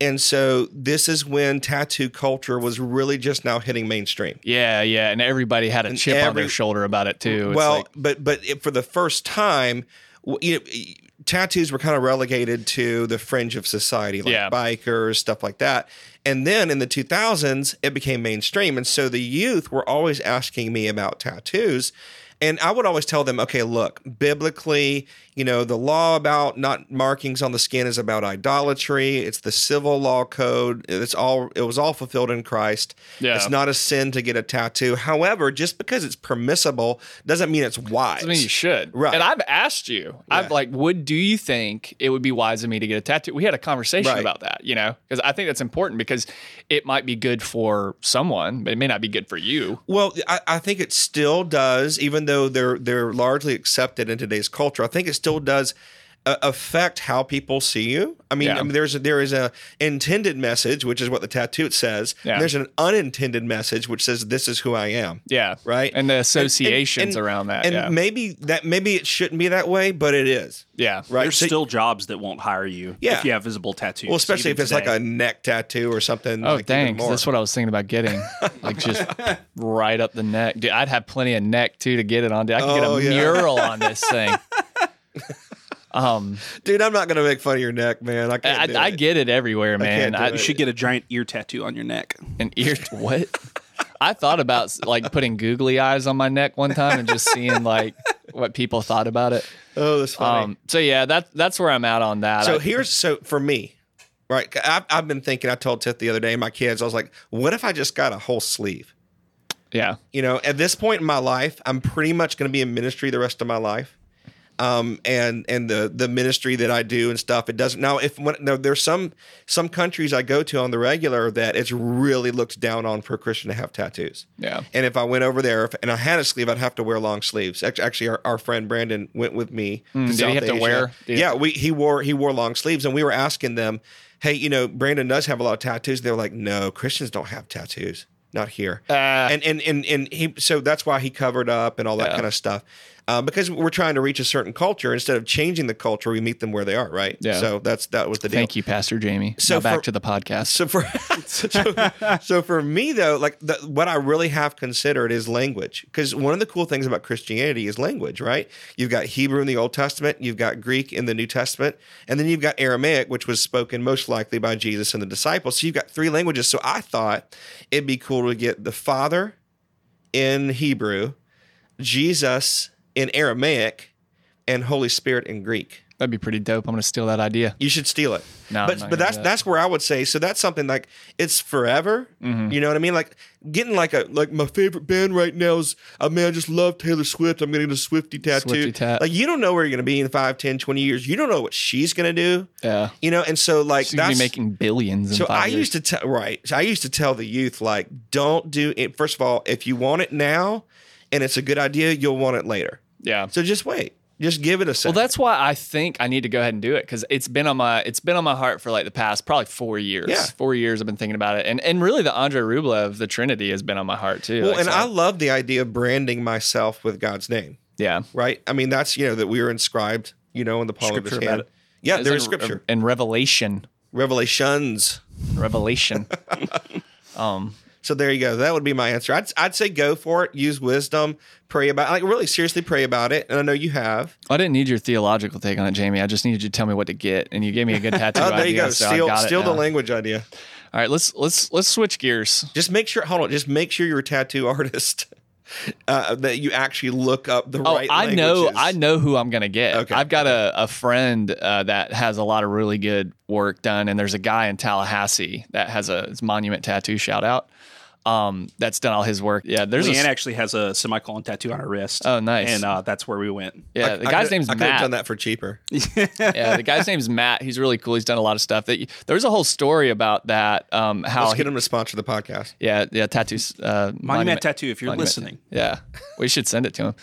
[SPEAKER 2] And so this is when tattoo culture was really just now hitting mainstream.
[SPEAKER 3] yeah, yeah, and everybody had a chip on
[SPEAKER 2] every-
[SPEAKER 3] their shoulder about it too. It's
[SPEAKER 2] well,
[SPEAKER 3] like-
[SPEAKER 2] but but it, for the first time, w- you know, tattoos were kind of relegated to the fringe of society, like
[SPEAKER 3] Yeah.
[SPEAKER 2] bikers, stuff like that. And then in the 2000s, it became mainstream, and so the youth were always asking me about tattoos. And I would always tell them, okay, look, biblically, you know, the law about not markings on the skin is about idolatry. It's the civil law code. It's all it was all fulfilled in Christ.
[SPEAKER 3] Yeah.
[SPEAKER 2] It's not a sin to get a tattoo. However, just because it's permissible doesn't mean it's wise.
[SPEAKER 3] I mean, you should.
[SPEAKER 2] Right.
[SPEAKER 3] And I've asked you, I've like, would do you think it would be wise of me to get a tattoo? We had a conversation
[SPEAKER 2] Right.
[SPEAKER 3] about that, you know, because I think that's important because it might be good for someone, but it may not be good for you.
[SPEAKER 2] Well, I, I think it still does, even though they're they're largely accepted in today's culture. I think it still does uh, affect how people see you. I mean,
[SPEAKER 3] Yeah.
[SPEAKER 2] I mean, there's a, there is a intended message, which is what the tattoo says.
[SPEAKER 3] Yeah.
[SPEAKER 2] And there's an unintended message, which says this is who I am.
[SPEAKER 3] Yeah.
[SPEAKER 2] Right.
[SPEAKER 3] And the
[SPEAKER 2] And- and-
[SPEAKER 3] associations around that.
[SPEAKER 2] And
[SPEAKER 3] yeah.
[SPEAKER 2] maybe that maybe it shouldn't be that way, but it is.
[SPEAKER 3] yeah.
[SPEAKER 2] Right.
[SPEAKER 1] There's
[SPEAKER 2] So-
[SPEAKER 1] still jobs that won't hire you
[SPEAKER 2] Yeah.
[SPEAKER 1] if you have visible tattoos.
[SPEAKER 2] well, especially if
[SPEAKER 1] even
[SPEAKER 2] it's like
[SPEAKER 1] today.
[SPEAKER 2] a neck tattoo or something.
[SPEAKER 3] Oh
[SPEAKER 2] like even
[SPEAKER 3] dang! 'cause
[SPEAKER 2] more.
[SPEAKER 3] That's what I was thinking about getting, like just right up the neck. Dude, I'd have plenty of neck too to get it on. Dude, I could
[SPEAKER 2] Oh,
[SPEAKER 3] get a
[SPEAKER 2] yeah.
[SPEAKER 3] mural on this thing. Um,
[SPEAKER 2] Dude, I'm not gonna make fun of your neck, man. I can't.
[SPEAKER 3] I,
[SPEAKER 2] do
[SPEAKER 3] I
[SPEAKER 2] it.
[SPEAKER 3] get it everywhere, man.
[SPEAKER 2] do
[SPEAKER 3] I,
[SPEAKER 2] it.
[SPEAKER 1] You should get a giant ear tattoo on your neck.
[SPEAKER 3] an ear. What? I thought about like putting googly eyes on my neck one time and just seeing like what people thought about it.
[SPEAKER 2] Oh, that's funny.
[SPEAKER 3] Um, so yeah, that's that's where I'm at on that.
[SPEAKER 2] So
[SPEAKER 3] I-
[SPEAKER 2] here's so for me, right? I've, I've been thinking. I told Tiff the other day, my kids. I was like, "What if I just got a whole sleeve?"
[SPEAKER 3] yeah,
[SPEAKER 2] You know, at this point in my life, I'm pretty much going to be in ministry the rest of my life. Um, and and the the ministry that I do and stuff, it doesn't now. If when, now there's some some countries I go to on the regular that it's really looked down on for a Christian to have tattoos.
[SPEAKER 3] yeah,
[SPEAKER 2] And if I went over there if, and I had a sleeve, I'd have to wear long sleeves. Act- Actually, our, our friend Brandon went with me. to
[SPEAKER 3] Mm. did he
[SPEAKER 2] South
[SPEAKER 3] have to
[SPEAKER 2] Asia.
[SPEAKER 3] wear- did he-
[SPEAKER 2] Yeah, we he wore he wore long sleeves, and we were asking them, "Hey, you know, Brandon does have a lot of tattoos." They were like, "No, Christians don't have tattoos, not here."
[SPEAKER 3] Ah.
[SPEAKER 2] and and and and he so that's why he covered up and all that kind of stuff. Uh, because we're trying to reach a certain culture, instead of changing the culture, we meet them where they are, right?
[SPEAKER 3] Yeah.
[SPEAKER 2] So that's that was the deal.
[SPEAKER 3] Thank you, Pastor Jamie. So
[SPEAKER 2] So
[SPEAKER 3] back
[SPEAKER 2] for-
[SPEAKER 3] to the podcast.
[SPEAKER 2] So for so, so for me though, like the, what I really have considered is language, because one of the cool things about Christianity is language, right? You've got Hebrew in the Old Testament, you've got Greek in the New Testament, and then you've got Aramaic, which was spoken most likely by Jesus and the disciples. So you've got three languages. So I thought it'd be cool to get the Father in Hebrew, Jesus in Aramaic, and Holy Spirit in Greek.
[SPEAKER 3] That'd be pretty dope. I'm gonna steal that idea.
[SPEAKER 2] You should steal it.
[SPEAKER 3] No, I'm
[SPEAKER 2] but but
[SPEAKER 3] not gonna
[SPEAKER 2] that's
[SPEAKER 3] do that.
[SPEAKER 2] that's where I would say. So that's something like it's forever.
[SPEAKER 3] Mm-hmm.
[SPEAKER 2] You know what I mean? Like getting like a like my favorite band right now is I mean I just love Taylor Swift. I'm gonna get a Swifty tattoo.
[SPEAKER 3] Swiftie tat.
[SPEAKER 2] Like you don't know where you're gonna be in 5, 10, 20 years. You don't know what she's gonna do.
[SPEAKER 3] Yeah.
[SPEAKER 2] You know, and so like
[SPEAKER 3] She's gonna
[SPEAKER 2] that's
[SPEAKER 3] be making billions. In
[SPEAKER 2] so
[SPEAKER 3] five
[SPEAKER 2] I
[SPEAKER 3] years.
[SPEAKER 2] used to tell right. So I used to tell the youth like don't do it. First of all, if you want it now, and it's a good idea, you'll want it later.
[SPEAKER 3] yeah.
[SPEAKER 2] So just wait. Just give it a second.
[SPEAKER 3] Well, that's why I think I need to go ahead and do it because it's been on my it's been on my heart for like the past probably four years.
[SPEAKER 2] Yeah.
[SPEAKER 3] Four years I've been thinking about it, and and really the Andre Rublev, the Trinity, has been on my heart too.
[SPEAKER 2] well,
[SPEAKER 3] Like,
[SPEAKER 2] and
[SPEAKER 3] so-
[SPEAKER 2] I love the idea of branding myself with God's name.
[SPEAKER 3] yeah,
[SPEAKER 2] right? I mean, that's you know that we are inscribed, you know, in the palm of
[SPEAKER 3] Scripture
[SPEAKER 2] his
[SPEAKER 3] about
[SPEAKER 2] hand.
[SPEAKER 3] it.
[SPEAKER 2] Yeah,
[SPEAKER 3] It's
[SPEAKER 2] there
[SPEAKER 3] in-
[SPEAKER 2] is scripture,
[SPEAKER 3] and Revelation,
[SPEAKER 2] revelations.
[SPEAKER 3] Revelation. um,
[SPEAKER 2] So there you go. That would be my answer. I'd, I'd say go for it. Use wisdom. Pray about like really seriously pray about it. And I know you have.
[SPEAKER 3] I didn't need your theological take on it, Jamie. I just needed you to tell me what to get, and you gave me a good tattoo
[SPEAKER 2] Oh,
[SPEAKER 3] idea.
[SPEAKER 2] there you go.
[SPEAKER 3] So I
[SPEAKER 2] steal
[SPEAKER 3] got it
[SPEAKER 2] steal the
[SPEAKER 3] now.
[SPEAKER 2] language idea.
[SPEAKER 3] All right, let's let's let's switch gears.
[SPEAKER 2] Just make sure. Hold on. Just make sure you're a tattoo artist. Uh, that you actually look up the
[SPEAKER 3] Oh,
[SPEAKER 2] right.
[SPEAKER 3] I know,
[SPEAKER 2] languages.
[SPEAKER 3] I know who I'm gonna get.
[SPEAKER 2] Okay.
[SPEAKER 3] I've got a, a friend uh, that has a lot of really good work done, and there's a guy in Tallahassee that has a it's monument tattoo. Shout out, um, that's done all his work. Yeah, there's
[SPEAKER 1] Leanne
[SPEAKER 3] a s-
[SPEAKER 1] actually has a semicolon tattoo on her wrist.
[SPEAKER 3] Oh, nice.
[SPEAKER 1] And uh, that's where we went.
[SPEAKER 3] yeah. The guy's
[SPEAKER 2] I
[SPEAKER 3] name's
[SPEAKER 2] could have
[SPEAKER 3] Matt.
[SPEAKER 2] done that for cheaper.
[SPEAKER 3] yeah, the guy's name's Matt. He's really cool. He's done a lot of stuff. That there's a whole story about that. Um, how
[SPEAKER 2] Let's
[SPEAKER 3] he-
[SPEAKER 2] get him to sponsor the podcast.
[SPEAKER 3] yeah, yeah, tattoos. Uh,
[SPEAKER 1] Monument tattoo, if you're listening.
[SPEAKER 3] Yeah, we should send it to him,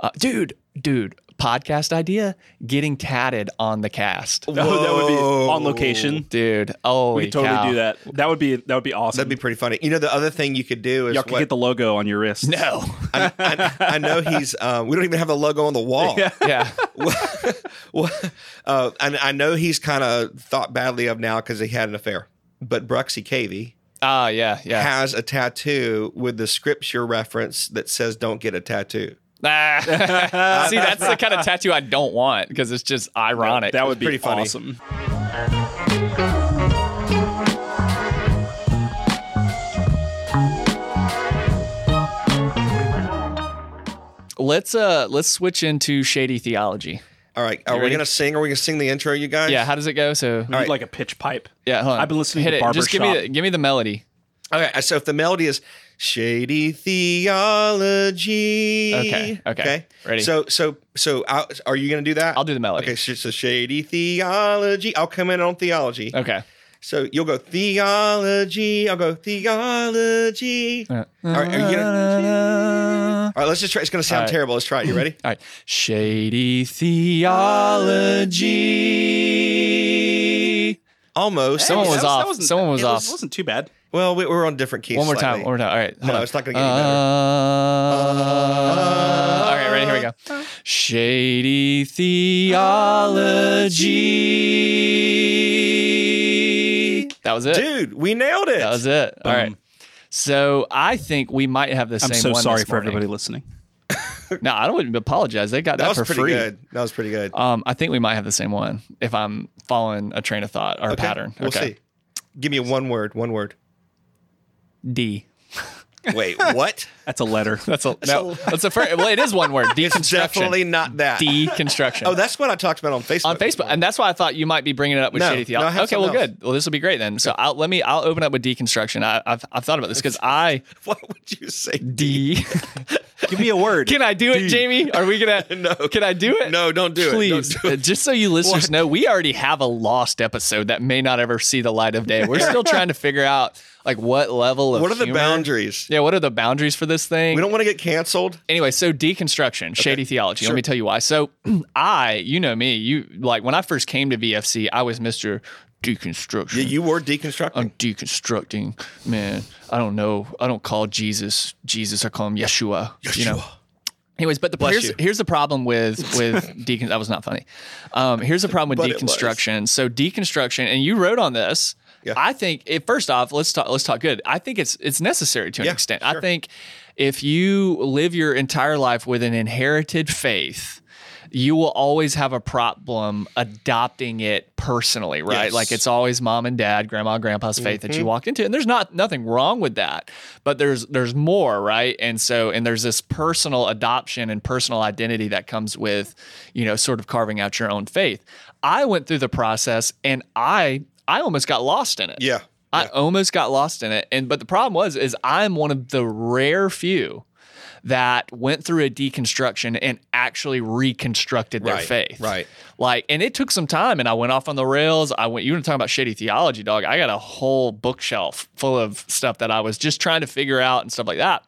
[SPEAKER 3] uh, dude. Dude, podcast idea: getting tatted on the cast.
[SPEAKER 1] Oh, that would be on location.
[SPEAKER 3] dude. Oh,
[SPEAKER 1] We could totally do that. That would be that would be awesome.
[SPEAKER 2] That'd be pretty funny. You know, the other thing you could do is
[SPEAKER 1] Y'all could
[SPEAKER 2] what-
[SPEAKER 1] get the logo on your wrist.
[SPEAKER 3] No.
[SPEAKER 2] I, I, I know he's. Uh, we don't even have the logo on the wall.
[SPEAKER 3] yeah.
[SPEAKER 2] Well, uh, and I know he's kind of thought badly of now because he had an affair. But Bruxy Cavey
[SPEAKER 3] Ah, yeah, yeah.
[SPEAKER 2] has a tattoo with the scripture reference that says "Don't get a tattoo."
[SPEAKER 3] Ah. See, that's the kind of tattoo I don't want because it's just ironic.
[SPEAKER 1] That would be
[SPEAKER 2] pretty funny.
[SPEAKER 1] awesome.
[SPEAKER 3] let's uh let's switch into shady theology.
[SPEAKER 2] All right. Are we
[SPEAKER 3] ready?
[SPEAKER 2] going to sing? Are we going to sing the intro, you guys?
[SPEAKER 3] Yeah, how does it go? So
[SPEAKER 1] We need like a pitch pipe.
[SPEAKER 3] yeah, hold on.
[SPEAKER 1] I've been listening
[SPEAKER 3] Hit
[SPEAKER 1] to
[SPEAKER 3] it. Just give me
[SPEAKER 1] Barbershop.
[SPEAKER 3] the, give me the melody.
[SPEAKER 2] Okay. So if the melody is shady theology.
[SPEAKER 3] Okay, okay, ready.
[SPEAKER 2] So, so, so I, are you going to do that?
[SPEAKER 3] I'll do the melody.
[SPEAKER 2] Okay. So, so shady theology. I'll come in on theology.
[SPEAKER 3] Okay.
[SPEAKER 2] So you'll go theology. I'll go theology.
[SPEAKER 3] Uh,
[SPEAKER 2] All right. Are you gonna,
[SPEAKER 3] All
[SPEAKER 2] all right. Let's just try. It's going to sound
[SPEAKER 3] All right.
[SPEAKER 2] terrible. Let's try it. You ready?
[SPEAKER 3] right. Shady theology.
[SPEAKER 2] Almost.
[SPEAKER 3] Someone
[SPEAKER 1] Hey,
[SPEAKER 3] was
[SPEAKER 1] that
[SPEAKER 3] off.
[SPEAKER 1] that wasn't-
[SPEAKER 3] Someone was
[SPEAKER 1] it
[SPEAKER 3] off.
[SPEAKER 1] It wasn't too bad.
[SPEAKER 2] Well, we, we're on different keys.
[SPEAKER 3] One more time.
[SPEAKER 2] slightly.
[SPEAKER 3] One more time. All right.
[SPEAKER 2] No,
[SPEAKER 3] hold on.
[SPEAKER 2] it's not gonna get any better.
[SPEAKER 3] Uh, all right. Ready? Here we go. Shady theology. That was it.
[SPEAKER 2] Dude, we nailed it.
[SPEAKER 3] That was it. All right. So I think we might have the same.
[SPEAKER 1] I'm so
[SPEAKER 3] one
[SPEAKER 1] sorry
[SPEAKER 3] this
[SPEAKER 1] for
[SPEAKER 3] morning.
[SPEAKER 1] everybody listening.
[SPEAKER 3] No, I don't apologize. They got that,
[SPEAKER 2] That was
[SPEAKER 3] for
[SPEAKER 2] pretty
[SPEAKER 3] free.
[SPEAKER 2] good. That was pretty good.
[SPEAKER 3] Um, I think we might have the same one if I'm following a train of thought or a pattern.
[SPEAKER 2] We'll see. Give me one word. One word.
[SPEAKER 3] D.
[SPEAKER 2] Wait, what?
[SPEAKER 1] That's a letter.
[SPEAKER 3] That's a no. That's a first. Well, it is one word. Deconstruction.
[SPEAKER 2] Definitely not that.
[SPEAKER 3] Deconstruction.
[SPEAKER 2] Oh, that's what I talked about on Facebook.
[SPEAKER 3] on Facebook, and that's why I thought you might be bringing it up with
[SPEAKER 2] No,
[SPEAKER 3] shady
[SPEAKER 2] no, I
[SPEAKER 3] theology.
[SPEAKER 2] have
[SPEAKER 3] okay, well,
[SPEAKER 2] something else.
[SPEAKER 3] good. Well, this will be great then. So I'll, let me. I'll open up with deconstruction. I, I've I've thought about this because I
[SPEAKER 2] What would you say?
[SPEAKER 3] D.
[SPEAKER 1] Give me a word.
[SPEAKER 3] Can I do it, Jamie? Are we gonna?
[SPEAKER 2] No.
[SPEAKER 3] Can I do it?
[SPEAKER 2] No, don't do it. Don't
[SPEAKER 3] Please.
[SPEAKER 2] do
[SPEAKER 3] Uh, Just so you listeners know, we already have a lost episode that may not ever see the light of day. We're still trying to figure out like what level of
[SPEAKER 2] What are the
[SPEAKER 3] humor-
[SPEAKER 2] boundaries?
[SPEAKER 3] Yeah, what are the boundaries for this thing?
[SPEAKER 2] We don't want to get canceled.
[SPEAKER 3] anyway, so deconstruction, shady theology. Let me tell you why. So I, you know me, you like when I first came to VFC, I was Mr. Deconstruction.
[SPEAKER 2] Yeah, you were deconstructing.
[SPEAKER 3] I'm deconstructing, man. I don't know. I don't call Jesus Jesus. I call him Yeshua. You know. Anyways, but the here's,
[SPEAKER 2] you.
[SPEAKER 3] here's the problem with with deacon. That was not funny. Um, here's the problem with
[SPEAKER 2] But it was.
[SPEAKER 3] deconstruction. So deconstruction, and you wrote on this.
[SPEAKER 2] Yeah.
[SPEAKER 3] I think it, first off, let's talk. Let's talk good. I think it's it's necessary to an
[SPEAKER 2] Yeah,
[SPEAKER 3] extent. I
[SPEAKER 2] sure.
[SPEAKER 3] think if you live your entire life with an inherited faith, you will always have a problem adopting it personally, right?
[SPEAKER 2] Yes.
[SPEAKER 3] Like it's always mom and dad, grandma, grandpa's faith that you walked into. And there's not nothing wrong with that. But there's there's more, right? And so and there's this personal adoption and personal identity that comes with, you know, sort of carving out your own faith. I went through the process and I I almost got lost in it.
[SPEAKER 2] Yeah.
[SPEAKER 3] I almost got lost in it. And but the problem was is I'm one of the rare few that went through a deconstruction and actually reconstructed their
[SPEAKER 2] Right,
[SPEAKER 3] faith.
[SPEAKER 2] right.
[SPEAKER 3] Like, and it took some time and I went off on the rails. I went, you were talking about shady theology, dog. I got a whole bookshelf full of stuff that I was just trying to figure out and stuff like that.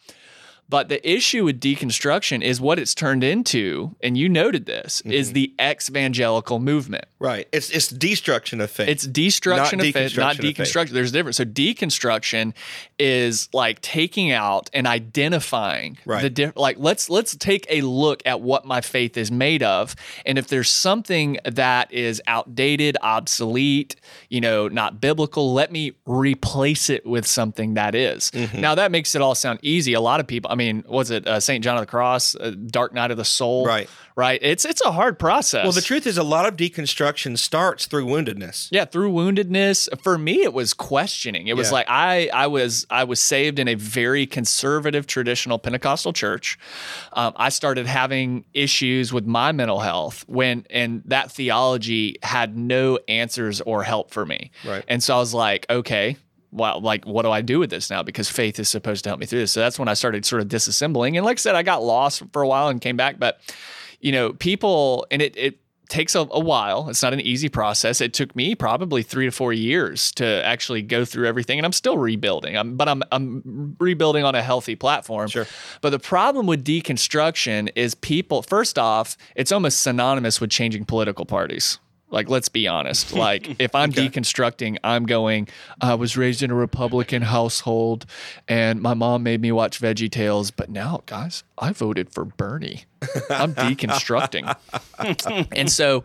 [SPEAKER 3] But the issue with deconstruction is what it's turned into, and you noted this,
[SPEAKER 2] Mm-hmm.
[SPEAKER 3] is the ex evangelical movement.
[SPEAKER 2] Right. It's it's destruction of faith.
[SPEAKER 3] It's destruction
[SPEAKER 2] Not
[SPEAKER 3] of faith,
[SPEAKER 2] deconstruction
[SPEAKER 3] not
[SPEAKER 2] of faith.
[SPEAKER 3] deconstruction. There's a difference. So deconstruction is like taking out and identifying
[SPEAKER 2] Right.
[SPEAKER 3] the diff- like let's let's take a look at what my faith is made of and if there's something that is outdated, obsolete, you know, not biblical, let me replace it with something that is.
[SPEAKER 2] Mm-hmm.
[SPEAKER 3] Now that makes it all sound easy. A lot of people, I mean, was it uh, St. John of the Cross, uh, Dark Night of the Soul?
[SPEAKER 2] Right.
[SPEAKER 3] Right. It's it's a hard process.
[SPEAKER 2] well, the truth is, a lot of deconstruction starts through woundedness.
[SPEAKER 3] Yeah, through woundedness. For me, it was questioning. It was
[SPEAKER 2] Yeah.
[SPEAKER 3] like I I was I was saved in a very conservative traditional Pentecostal church. Um, I started having issues with my mental health when and that theology had no answers or help for me.
[SPEAKER 2] Right.
[SPEAKER 3] And so I was like, okay, well, like what do I do with this now? Because faith is supposed to help me through this. So that's when I started sort of disassembling. And like I said, I got lost for a while and came back, but you know, people and it it takes a, a while. It's not an easy process. It took me probably three to four years to actually go through everything, and I'm still rebuilding. I'm, but I'm I'm rebuilding on a healthy platform.
[SPEAKER 2] Sure.
[SPEAKER 3] But the problem with deconstruction is people. First off, it's almost synonymous with changing political parties. Like, let's be honest. Like, if I'm deconstructing, I'm going, I was raised in a Republican household and my mom made me watch Veggie Tales, but now, guys, I voted for Bernie. I'm deconstructing. and so,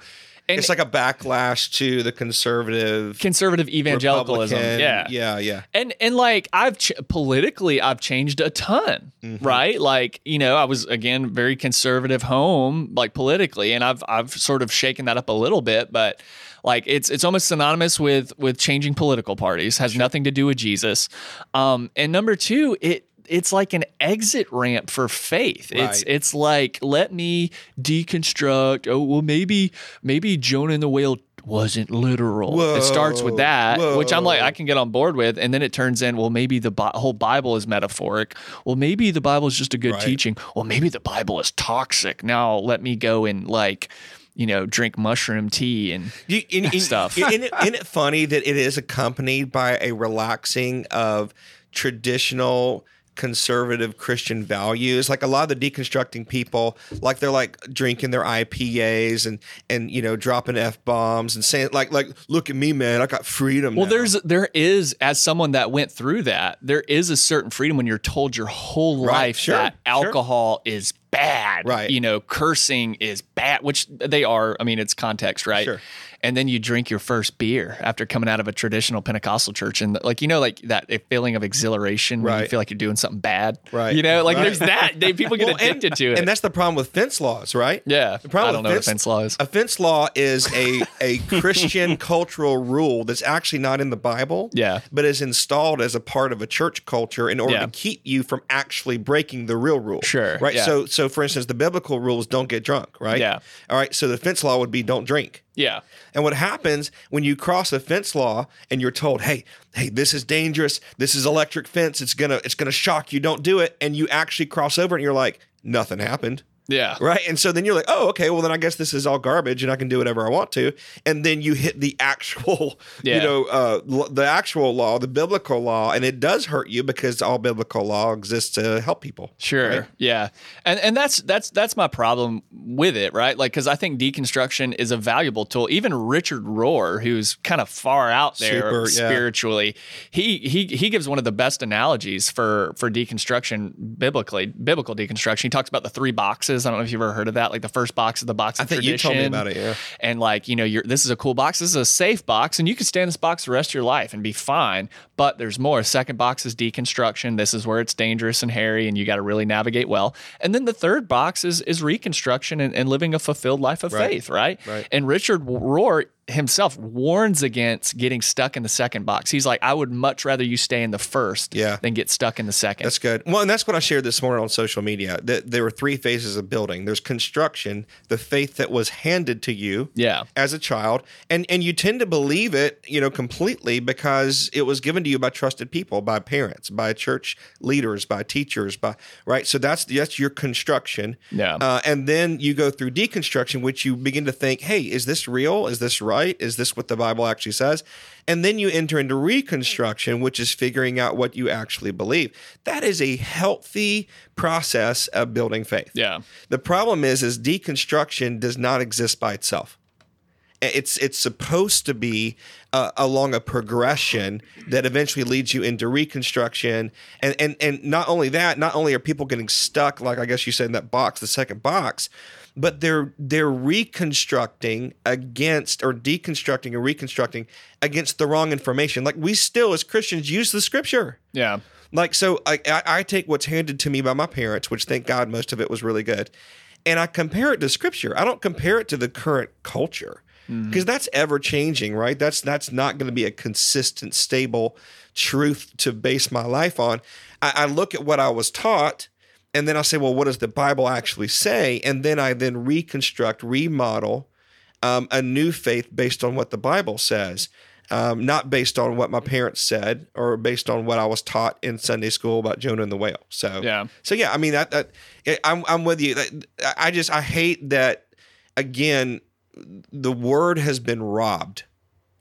[SPEAKER 3] and
[SPEAKER 2] It's like a backlash to the conservative
[SPEAKER 3] conservative evangelicalism.
[SPEAKER 2] Republican-
[SPEAKER 3] Yeah.
[SPEAKER 2] yeah, yeah.
[SPEAKER 3] And and like I've ch- politically I've changed a ton,
[SPEAKER 2] Mm-hmm.
[SPEAKER 3] right? Like you know I was again very conservative home like politically, and I've I've sort of shaken that up a little bit, but like it's it's almost synonymous with with changing political parties has nothing to do with Jesus. Um, and number two, it it's like an exit ramp for faith. It's
[SPEAKER 2] Right.
[SPEAKER 3] it's like let me deconstruct. Oh well, maybe maybe Jonah and the whale wasn't literal. it starts with
[SPEAKER 2] Whoa,
[SPEAKER 3] that, which I'm like
[SPEAKER 2] whoa.
[SPEAKER 3] I can get on board with, and then it turns in well maybe the Bi- whole Bible is metaphoric. Well maybe the Bible is just a good
[SPEAKER 2] Right.
[SPEAKER 3] teaching. Well maybe the Bible is toxic. Now let me go and like you know drink mushroom tea and
[SPEAKER 2] You, in, in,
[SPEAKER 3] Stuff.
[SPEAKER 2] in- Isn't it, isn't it funny that it is accompanied by a relaxing of traditional conservative Christian values? Like a lot of the deconstructing people, like they're like drinking their IPAs and and you know dropping f bombs and saying like like look at me, man, I got freedom.
[SPEAKER 3] Well,
[SPEAKER 2] now."
[SPEAKER 3] there's there is as someone that went through that, there is a certain freedom when you're told your whole life
[SPEAKER 2] sure,
[SPEAKER 3] that
[SPEAKER 2] sure.
[SPEAKER 3] alcohol is bad,
[SPEAKER 2] Right.
[SPEAKER 3] You know, cursing is bad, which they are. I mean, it's context, right?
[SPEAKER 2] Sure.
[SPEAKER 3] And then you drink your first beer after coming out of a traditional Pentecostal church, and like you know, like that feeling of exhilaration when you
[SPEAKER 2] Right.
[SPEAKER 3] feel like you're doing something bad,
[SPEAKER 2] Right,
[SPEAKER 3] You know, like
[SPEAKER 2] right.
[SPEAKER 3] there's that. They, people get
[SPEAKER 2] Well, and-
[SPEAKER 3] addicted to it.
[SPEAKER 2] and that's the problem with fence laws, right?
[SPEAKER 3] yeah,
[SPEAKER 2] The
[SPEAKER 3] I
[SPEAKER 2] problem
[SPEAKER 3] don't know
[SPEAKER 2] with
[SPEAKER 3] what offense law is.
[SPEAKER 2] A fence law is a, a Christian cultural rule that's actually not in the Bible,
[SPEAKER 3] Yeah.
[SPEAKER 2] but is installed as a part of a church culture in order
[SPEAKER 3] Yeah.
[SPEAKER 2] to keep you from actually breaking the real rule.
[SPEAKER 3] Sure,
[SPEAKER 2] Right.
[SPEAKER 3] yeah.
[SPEAKER 2] So, so for instance, the biblical rule is don't get drunk, right?
[SPEAKER 3] Yeah.
[SPEAKER 2] All right. So the fence law would be don't drink.
[SPEAKER 3] Yeah,
[SPEAKER 2] And what happens when you cross a fence law and you're told, "Hey, hey, this is dangerous. This is electric fence. It's gonna, it's gonna shock you. Don't do it." And you actually cross over, and you're like, "Nothing happened."
[SPEAKER 3] yeah,
[SPEAKER 2] Right. And so then you're like, oh, okay, well, then I guess this is all garbage and I can do whatever I want to. And then you hit the actual,
[SPEAKER 3] Yeah.
[SPEAKER 2] you know, uh, l- the actual law, the biblical law. And it does hurt you because all biblical law exists to help people.
[SPEAKER 3] Sure.
[SPEAKER 2] right?
[SPEAKER 3] Yeah. And and that's that's that's my problem with it, right? Like cuz I think deconstruction is a valuable tool. Even Richard Rohr, who's kind of far out there
[SPEAKER 2] Super, yeah.
[SPEAKER 3] spiritually, he he he gives one of the best analogies for for deconstruction biblically, biblical deconstruction. He talks about the three boxes. I don't know if you've ever heard of that. Like the first box is the box of
[SPEAKER 2] I think you
[SPEAKER 3] tradition.
[SPEAKER 2] told me about it, yeah.
[SPEAKER 3] And like, you know, you're this is a cool box. This is a safe box and you can stay in this box the rest of your life and be fine. But there's more. Second box is deconstruction. This is where it's dangerous and hairy and you got to really navigate well. And then the third box is is reconstruction and, and living a fulfilled life of
[SPEAKER 2] Right.
[SPEAKER 3] faith, right?
[SPEAKER 2] Right.
[SPEAKER 3] And Richard Rohr himself warns against getting stuck in the second box. He's like, I would much rather you stay in the first
[SPEAKER 2] Yeah.
[SPEAKER 3] than get stuck in the second.
[SPEAKER 2] That's good. Well, and that's what I shared this morning on social media that there were three phases of building there's construction, the faith that was handed to you.
[SPEAKER 3] yeah.
[SPEAKER 2] as a child and and you tend to believe it you know completely because it was given to you by trusted people by parents by church leaders by teachers by right so that's that's your construction
[SPEAKER 3] Yeah.
[SPEAKER 2] uh, and then you go through deconstruction which you begin to think hey is this real is this right is this what the bible actually says and then you enter into reconstruction which is figuring out what you actually believe that is a healthy process of building faith
[SPEAKER 3] Yeah.
[SPEAKER 2] the problem is, is deconstruction does not exist by itself. It's it's supposed to be uh, along a progression that eventually leads you into reconstruction, and and and not only that, not only are people getting stuck, like I guess you said in that box, the second box, but they're they're reconstructing against or deconstructing and reconstructing against the wrong information. Like we still as Christians use the scripture.
[SPEAKER 3] Yeah.
[SPEAKER 2] Like so, I, I I take what's handed to me by my parents, which thank God most of it was really good, and I compare it to Scripture. I don't compare it to the current culture because that's ever changing, right? That's that's not going to be a consistent, stable truth to base my life on. I, I look at what I was taught, and then I say, well, what does the Bible actually say? And then I then reconstruct, remodel um, a new faith based on what the Bible says, um, not based on what my parents said or based on what I was taught in Sunday school about Jonah and the whale. So
[SPEAKER 3] Yeah.
[SPEAKER 2] so yeah, I mean that, that I- I'm I'm with you. That- I just I hate that again. The word has been robbed.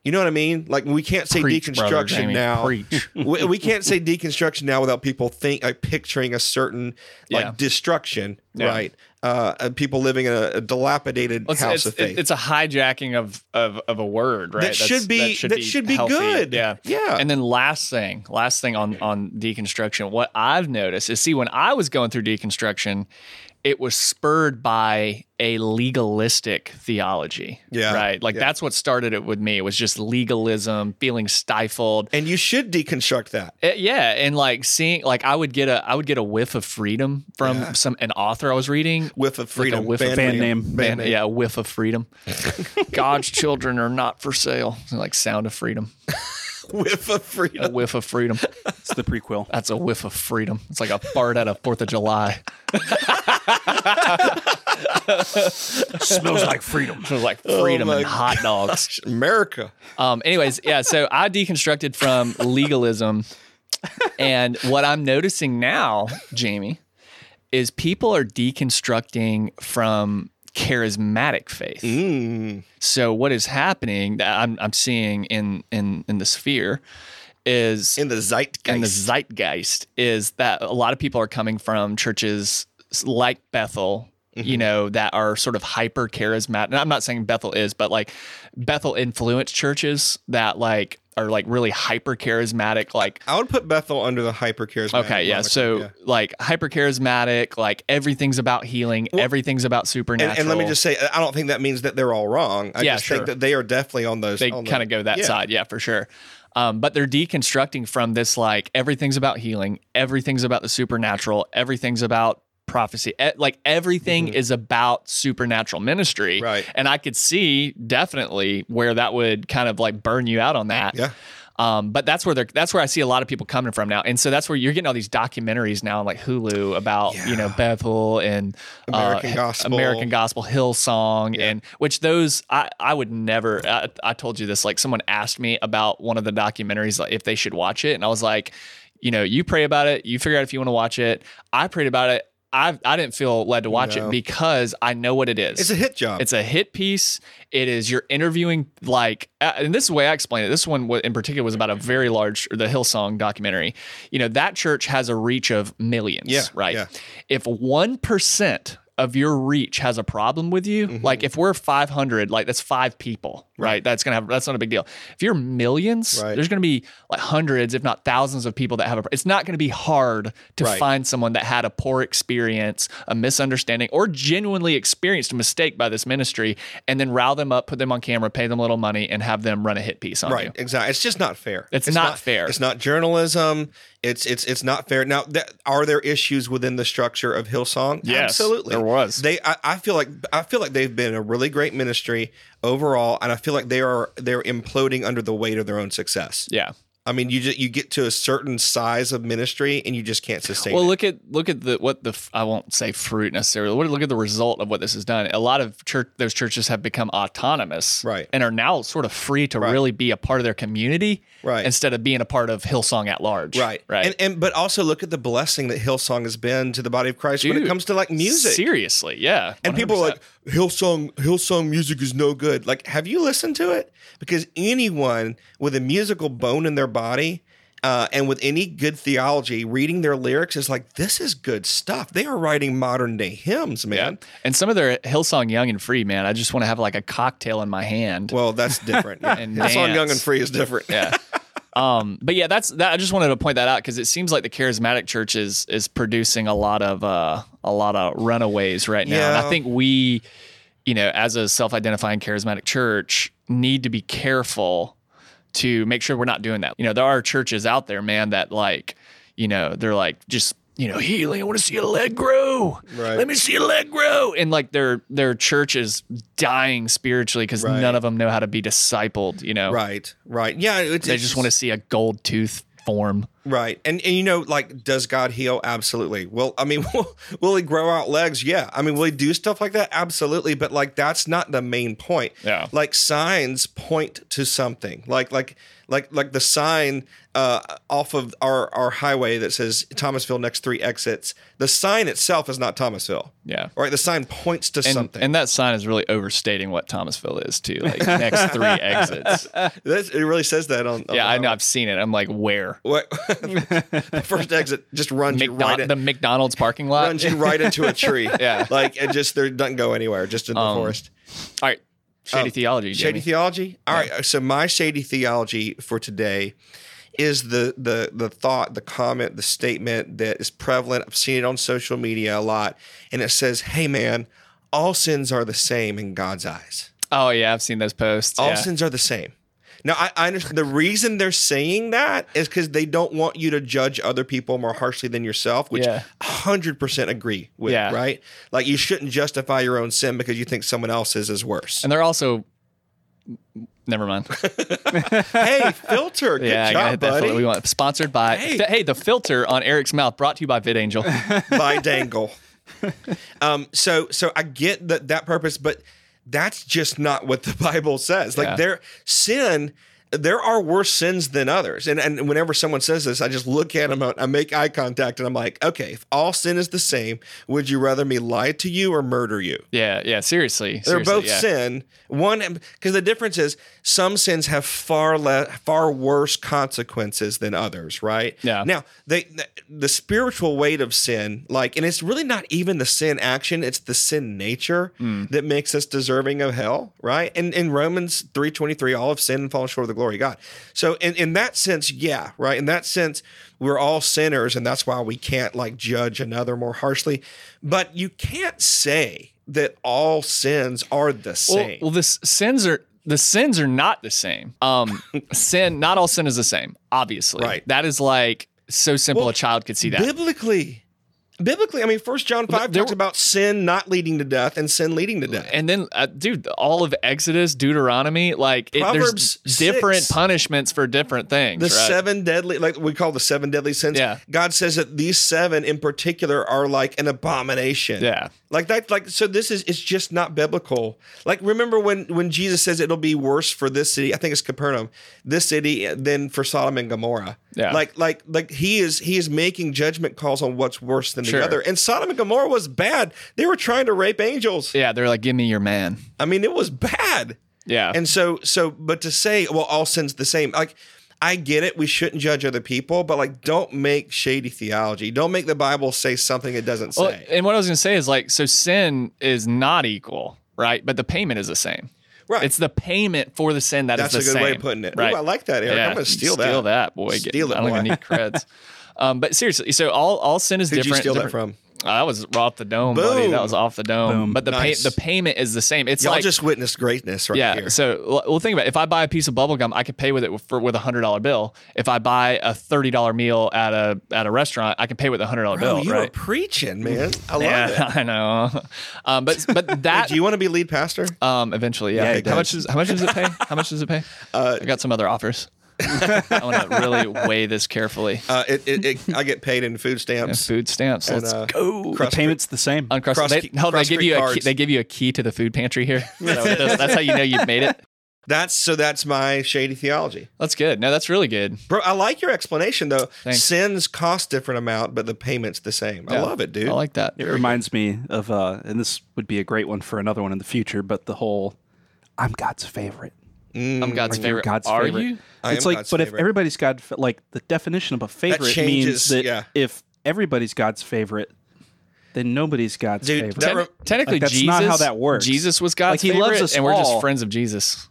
[SPEAKER 2] You know what I mean? Like we can't say
[SPEAKER 3] Preach,
[SPEAKER 2] deconstruction
[SPEAKER 3] brother Jamie,
[SPEAKER 2] now
[SPEAKER 3] Preach.
[SPEAKER 2] we, we can't say deconstruction now without people think like picturing a certain like
[SPEAKER 3] Yeah.
[SPEAKER 2] destruction,
[SPEAKER 3] Yeah.
[SPEAKER 2] right? Uh, and people living in a, a dilapidated
[SPEAKER 3] Well, it's,
[SPEAKER 2] house
[SPEAKER 3] it's,
[SPEAKER 2] of faith.
[SPEAKER 3] It's a hijacking of of, of a word, right?
[SPEAKER 2] That should be- that should be
[SPEAKER 3] healthy.
[SPEAKER 2] good.
[SPEAKER 3] Yeah,
[SPEAKER 2] Yeah.
[SPEAKER 3] And then last thing, last thing on on deconstruction. What I've noticed is, see, when I was going through deconstruction, it was spurred by a legalistic theology.
[SPEAKER 2] Yeah.
[SPEAKER 3] right. Like
[SPEAKER 2] Yeah.
[SPEAKER 3] that's what started it with me. was just legalism, feeling stifled.
[SPEAKER 2] and you should deconstruct that.
[SPEAKER 3] Uh, yeah, and like seeing, like I would get a, I would get a whiff of freedom from some an author I was reading,
[SPEAKER 2] With a freedom,
[SPEAKER 3] whiff of
[SPEAKER 1] band name.
[SPEAKER 2] band
[SPEAKER 3] Man, yeah, a whiff of freedom. God's children are not for sale. Like sound of freedom.
[SPEAKER 2] Whiff of
[SPEAKER 3] A
[SPEAKER 2] freedom.
[SPEAKER 3] whiff of freedom.
[SPEAKER 1] It's the prequel.
[SPEAKER 3] That's a whiff of freedom. It's like a fart at a Fourth of July.
[SPEAKER 1] smells like freedom.
[SPEAKER 3] It was like freedom
[SPEAKER 2] my
[SPEAKER 3] and hot dogs.
[SPEAKER 2] America.
[SPEAKER 3] Um, anyways, yeah. So I deconstructed from legalism, and what I'm noticing now, Jamie, is people are deconstructing from charismatic faith. So what is happening that I'm, I'm seeing in in in the sphere is
[SPEAKER 2] In the zeitgeist.
[SPEAKER 3] and the zeitgeist is that a lot of people are coming from churches like Bethel,
[SPEAKER 2] Mm-hmm.
[SPEAKER 3] you know, that are sort of hyper charismatic. And I'm not saying Bethel is, but like Bethel influenced churches that like are like really hyper charismatic, like
[SPEAKER 2] I would put Bethel under the hyper charismatic.
[SPEAKER 3] Okay, yeah.
[SPEAKER 2] moniker,
[SPEAKER 3] So like hyper charismatic, like everything's about healing, everything's about supernatural.
[SPEAKER 2] And, and let me just say, I don't think that means that they're all wrong. I
[SPEAKER 3] Yeah,
[SPEAKER 2] just
[SPEAKER 3] sure.
[SPEAKER 2] think that they are definitely on those.
[SPEAKER 3] they
[SPEAKER 2] on the-
[SPEAKER 3] kind of go that
[SPEAKER 2] yeah.
[SPEAKER 3] side, yeah, for sure. Um, but they're deconstructing from this like everything's about healing, everything's about the supernatural, everything's about prophecy, E- like everything is about supernatural ministry.
[SPEAKER 2] Mm-hmm. Right.
[SPEAKER 3] And I could see definitely where that would kind of like burn you out on that.
[SPEAKER 2] Yeah.
[SPEAKER 3] Um, but that's where they're, that's where I see a lot of people coming from now, and so that's where you're getting all these documentaries now on like Hulu about you know Bethel and uh,
[SPEAKER 2] American Gospel.
[SPEAKER 3] American gospel hill song and which those i i would never I, I told you this like someone asked me about one of the documentaries like if they should watch it and i was like you know you pray about it you figure out if you want to watch it i prayed about it i i didn't feel led to watch it
[SPEAKER 2] No.
[SPEAKER 3] because i know what it is
[SPEAKER 2] It's a hit job.
[SPEAKER 3] it's a hit piece. It is you're interviewing like, uh, and this is the way I explain it. This one wa- in particular was about a very large, the Hillsong documentary. You know that church has a reach of millions,
[SPEAKER 2] Yeah,
[SPEAKER 3] right?
[SPEAKER 2] yeah.
[SPEAKER 3] If one percent of your reach has a problem with you,
[SPEAKER 2] Mm-hmm.
[SPEAKER 3] like if we're 500, like that's five people, right? That's gonna have that's not a big deal. If you're millions,
[SPEAKER 2] Right.
[SPEAKER 3] there's gonna be like hundreds, if not thousands, of people that have a. It's not gonna be hard to
[SPEAKER 2] Right.
[SPEAKER 3] find find someone that had a poor experience, a misunderstanding, or genuinely experienced a mistake by this ministry, and then rile them up, put them on camera, pay them a little money, and have them run a hit piece on
[SPEAKER 2] Right,
[SPEAKER 3] you.
[SPEAKER 2] exactly. It's just not fair.
[SPEAKER 3] It's not fair.
[SPEAKER 2] It's not journalism. It's it's it's not fair. Now, th- are there issues within the structure of Hillsong?
[SPEAKER 3] Yes,
[SPEAKER 2] absolutely.
[SPEAKER 3] there was.
[SPEAKER 2] They, I, I feel like I feel like they've been a really great ministry overall, and I feel like they are they're imploding under the weight of their own success.
[SPEAKER 3] Yeah.
[SPEAKER 2] I mean, you just you get to a certain size of ministry, and you just can't sustain.
[SPEAKER 3] Well,
[SPEAKER 2] it.
[SPEAKER 3] look at look at the what the f- I won't say fruit necessarily. Look- Look at the result of what this has done. A lot of church those churches have become autonomous,
[SPEAKER 2] Right.
[SPEAKER 3] and are now sort of free to really be a part of their community,
[SPEAKER 2] Right.
[SPEAKER 3] instead of being a part of Hillsong at large,
[SPEAKER 2] Right,
[SPEAKER 3] right.
[SPEAKER 2] and, and but also look at the blessing that Hillsong has been to the body of Christ when
[SPEAKER 3] Dude,
[SPEAKER 2] it comes to like music.
[SPEAKER 3] seriously, yeah,
[SPEAKER 2] And people are
[SPEAKER 3] 100%.
[SPEAKER 2] like Hillsong Hillsong music is no good. Like, have you listened to it? Because anyone with a musical bone in their body uh, and with any good theology, reading their lyrics is like, this is good stuff. They are writing modern day hymns, man.
[SPEAKER 3] And some of their Hillsong Young and Free, man, I just want to have like a cocktail in my hand.
[SPEAKER 2] Well, that's different. Yeah.
[SPEAKER 3] And
[SPEAKER 2] Hillsong Young
[SPEAKER 3] dance.
[SPEAKER 2] and Free is different.
[SPEAKER 3] yeah. Um, but yeah, that's that. I just wanted to point that out because it seems like the charismatic church is is producing a lot of uh, a lot of runaways right now, and I
[SPEAKER 2] Yeah.
[SPEAKER 3] think we, you know, as a self-identifying charismatic church, need to be careful to make sure we're not doing that. You know, there are churches out there, man, that like, you know, they're like just you know healing. I want to see a leg grow.
[SPEAKER 2] Right.
[SPEAKER 3] Let me see a leg grow. And like their their church is dying spiritually because
[SPEAKER 2] Right.
[SPEAKER 3] none of them know how to be discipled. You know,
[SPEAKER 2] Right, right. Yeah, it's,
[SPEAKER 3] they just want to see a gold tooth form.
[SPEAKER 2] Right. And and you know, like, does God heal? Absolutely. Well, I mean, will, will he grow out legs? Yeah. I mean, will he do stuff like that? Absolutely. But like that's not the main point.
[SPEAKER 3] Yeah.
[SPEAKER 2] Like signs point to something. Like like like like the sign uh, off of our, our highway that says Thomasville next three exits. The sign itself is not Thomasville.
[SPEAKER 3] Yeah.
[SPEAKER 2] Right. The sign points to
[SPEAKER 3] And,
[SPEAKER 2] something.
[SPEAKER 3] and that sign is really overstating what Thomasville is too. Like next three exits.
[SPEAKER 2] That's- it really says that on, on
[SPEAKER 3] Yeah, I
[SPEAKER 2] the
[SPEAKER 3] know. I've seen it. I'm like, where?
[SPEAKER 2] highway. What- first exit just runs you
[SPEAKER 3] McDon-
[SPEAKER 2] right in.
[SPEAKER 3] the McDonald's parking lot.
[SPEAKER 2] runs you right into a tree.
[SPEAKER 3] Yeah.
[SPEAKER 2] Like it just there doesn't go anywhere, just in the forest.
[SPEAKER 3] All right, shady
[SPEAKER 2] Um,
[SPEAKER 3] theology.
[SPEAKER 2] Shady
[SPEAKER 3] Jamie.
[SPEAKER 2] theology. All right. So my shady theology for today is the the the thought, the comment, the statement that is prevalent. I've seen it on social media a lot, and it says, "Hey man, all sins are the same in God's eyes.
[SPEAKER 3] oh yeah, I've seen those posts.
[SPEAKER 2] All
[SPEAKER 3] yeah.
[SPEAKER 2] sins are the same." Now I, I understand the reason they're saying that is because they don't want you to judge other people more harshly than yourself, which
[SPEAKER 3] Yeah.
[SPEAKER 2] hundred percent agree with,
[SPEAKER 3] Yeah.
[SPEAKER 2] right? Like you shouldn't justify your own sin because you think someone else's is worse.
[SPEAKER 3] and they're also Never mind.
[SPEAKER 2] hey, filter. Good
[SPEAKER 3] yeah, I got
[SPEAKER 2] job,
[SPEAKER 3] it. that's what we
[SPEAKER 2] buddy.
[SPEAKER 3] want. Sponsored by
[SPEAKER 2] Hey.
[SPEAKER 3] Th- hey, the filter on Eric's mouth brought to you by VidAngel.
[SPEAKER 2] By dangle. um. So so I get that that purpose, but that's just not what the Bible says. Like
[SPEAKER 3] Yeah.
[SPEAKER 2] there sin. There are worse sins than others, and and whenever someone says this, I just look at them. I make eye contact, and I'm like, okay, if all sin is the same, would you rather me lie to you or murder you?
[SPEAKER 3] yeah, yeah. Seriously,
[SPEAKER 2] They're
[SPEAKER 3] seriously,
[SPEAKER 2] both
[SPEAKER 3] yeah.
[SPEAKER 2] sin. One, because the difference is some sins have far less, far worse consequences than others, right?
[SPEAKER 3] Yeah.
[SPEAKER 2] Now, they, the, the spiritual weight of sin, like, and it's really not even the sin action; it's the sin nature
[SPEAKER 3] Mm.
[SPEAKER 2] that makes us deserving of hell, right? And in Romans three twenty three, all of sin falls short of the glory of God. So, in in that sense, yeah, right. In that sense, we're all sinners, and that's why we can't like judge another more harshly. But you can't say that all sins are the
[SPEAKER 3] Well,
[SPEAKER 2] same.
[SPEAKER 3] well, the s- sins are the sins are not the same. Um, sin, not all sin is the same. Obviously,
[SPEAKER 2] Right.
[SPEAKER 3] That is like so simple.
[SPEAKER 2] Well,
[SPEAKER 3] a child could see that.
[SPEAKER 2] Biblically, biblically, I mean, First John five
[SPEAKER 3] there
[SPEAKER 2] talks
[SPEAKER 3] were-
[SPEAKER 2] about sin not leading to death and sin leading to death.
[SPEAKER 3] and then, uh, dude, all of Exodus, Deuteronomy, like it,
[SPEAKER 2] Proverbs
[SPEAKER 3] there's different
[SPEAKER 2] six.
[SPEAKER 3] punishments for different things.
[SPEAKER 2] The
[SPEAKER 3] right?
[SPEAKER 2] seven deadly, like we call the seven deadly sins.
[SPEAKER 3] Yeah.
[SPEAKER 2] God says that these seven in particular are like an abomination.
[SPEAKER 3] Yeah.
[SPEAKER 2] Like that, like so. This is it's just not biblical. Like remember when when Jesus says it'll be worse for this city. I think it's Capernaum, this city, than for Sodom and Gomorrah.
[SPEAKER 3] Yeah.
[SPEAKER 2] Like like like he is he is making judgment calls on what's worse than
[SPEAKER 3] Sure.
[SPEAKER 2] the other. And Sodom and Gomorrah was bad. They were trying to rape angels.
[SPEAKER 3] Yeah, they're like, give me your man.
[SPEAKER 2] I mean, it was bad.
[SPEAKER 3] Yeah,
[SPEAKER 2] And so, so, but to say, well, all sin's the same. Like, I get it. We shouldn't judge other people, but like, don't make shady theology. Don't make the Bible say something it doesn't
[SPEAKER 3] Well,
[SPEAKER 2] say.
[SPEAKER 3] and what I was going to say is like, so sin is not equal, right? But the payment is the same.
[SPEAKER 2] right.
[SPEAKER 3] It's the payment for the sin that is
[SPEAKER 2] That's
[SPEAKER 3] the
[SPEAKER 2] a good
[SPEAKER 3] same.
[SPEAKER 2] way of putting it. Ooh,
[SPEAKER 3] Right.
[SPEAKER 2] I like that, Eric.
[SPEAKER 3] Yeah,
[SPEAKER 2] I'm gonna steal,
[SPEAKER 3] steal that, boy. Get-
[SPEAKER 2] Steal it,
[SPEAKER 3] I don't even
[SPEAKER 2] boy.
[SPEAKER 3] need creds. um, but seriously, so all all sin is
[SPEAKER 2] Who'd you
[SPEAKER 3] different.
[SPEAKER 2] steal that
[SPEAKER 3] different-
[SPEAKER 2] from?
[SPEAKER 3] Uh, that was off the dome, buddy. That
[SPEAKER 2] Boom.
[SPEAKER 3] was off the dome.
[SPEAKER 1] Boom.
[SPEAKER 3] But the
[SPEAKER 2] Nice.
[SPEAKER 3] pay, the payment is the same. It's
[SPEAKER 2] Y'all
[SPEAKER 3] like
[SPEAKER 2] just witnessed greatness right
[SPEAKER 3] yeah.
[SPEAKER 2] here.
[SPEAKER 3] So well, well, think about it. if I buy a piece of bubble gum, I could pay with it for with a hundred dollar bill. If I buy a thirty dollar meal at a at a restaurant, I can pay with a hundred dollar
[SPEAKER 2] Bro,
[SPEAKER 3] bill.
[SPEAKER 2] Oh, you are
[SPEAKER 3] right?
[SPEAKER 2] preaching, man. I love it.
[SPEAKER 3] yeah, I know. Um, but but that
[SPEAKER 2] Do you want to be lead pastor?
[SPEAKER 3] Um, eventually, yeah.
[SPEAKER 1] Yeah, it
[SPEAKER 3] how
[SPEAKER 1] does.
[SPEAKER 3] much is how much does it pay? How much does it pay?
[SPEAKER 2] Uh,
[SPEAKER 3] I got some other offers. I want to really weigh this carefully.
[SPEAKER 2] Uh, it, it, it, I get paid in food stamps.
[SPEAKER 3] Food stamps.
[SPEAKER 2] and,
[SPEAKER 3] Let's
[SPEAKER 2] uh,
[SPEAKER 1] Go. The
[SPEAKER 2] Crust-
[SPEAKER 1] payment's the same.
[SPEAKER 3] uncrust.
[SPEAKER 2] cross
[SPEAKER 3] they,
[SPEAKER 2] key-
[SPEAKER 3] no, they
[SPEAKER 2] cross
[SPEAKER 3] give
[SPEAKER 2] street
[SPEAKER 3] you a key,
[SPEAKER 2] cards.
[SPEAKER 3] they give you a key to the food pantry here. Is that what those- that's how you know you've made it.
[SPEAKER 2] That's so. That's my shady theology.
[SPEAKER 3] That's good. No, that's really good.
[SPEAKER 2] Bro, I like your explanation though.
[SPEAKER 3] Thanks.
[SPEAKER 2] Sins cost different amount, but the payment's the same. I
[SPEAKER 3] Yeah.
[SPEAKER 2] love it, dude.
[SPEAKER 3] I like that.
[SPEAKER 1] It reminds me of, uh, and this would be a great one for another one in the future, but the whole "I'm God's favorite."
[SPEAKER 3] I'm God's
[SPEAKER 1] You're
[SPEAKER 3] favorite.
[SPEAKER 1] God's
[SPEAKER 3] Are
[SPEAKER 1] favorite.
[SPEAKER 3] you?
[SPEAKER 2] I
[SPEAKER 1] it's
[SPEAKER 2] am
[SPEAKER 1] like,
[SPEAKER 2] God's
[SPEAKER 1] but
[SPEAKER 2] favorite.
[SPEAKER 1] if everybody's God, fa- like the definition of a favorite
[SPEAKER 2] changes,
[SPEAKER 1] means that
[SPEAKER 2] yeah.
[SPEAKER 1] if everybody's God's favorite, then nobody's God's
[SPEAKER 2] Dude,
[SPEAKER 1] favorite.
[SPEAKER 2] that
[SPEAKER 3] Ten-
[SPEAKER 2] re-
[SPEAKER 3] technically,
[SPEAKER 1] Like, that's
[SPEAKER 3] Jesus.
[SPEAKER 1] not how that works.
[SPEAKER 3] Jesus was God's
[SPEAKER 1] Like, he
[SPEAKER 3] favorite,
[SPEAKER 1] loves us
[SPEAKER 3] and we're just
[SPEAKER 1] all.
[SPEAKER 3] friends of Jesus.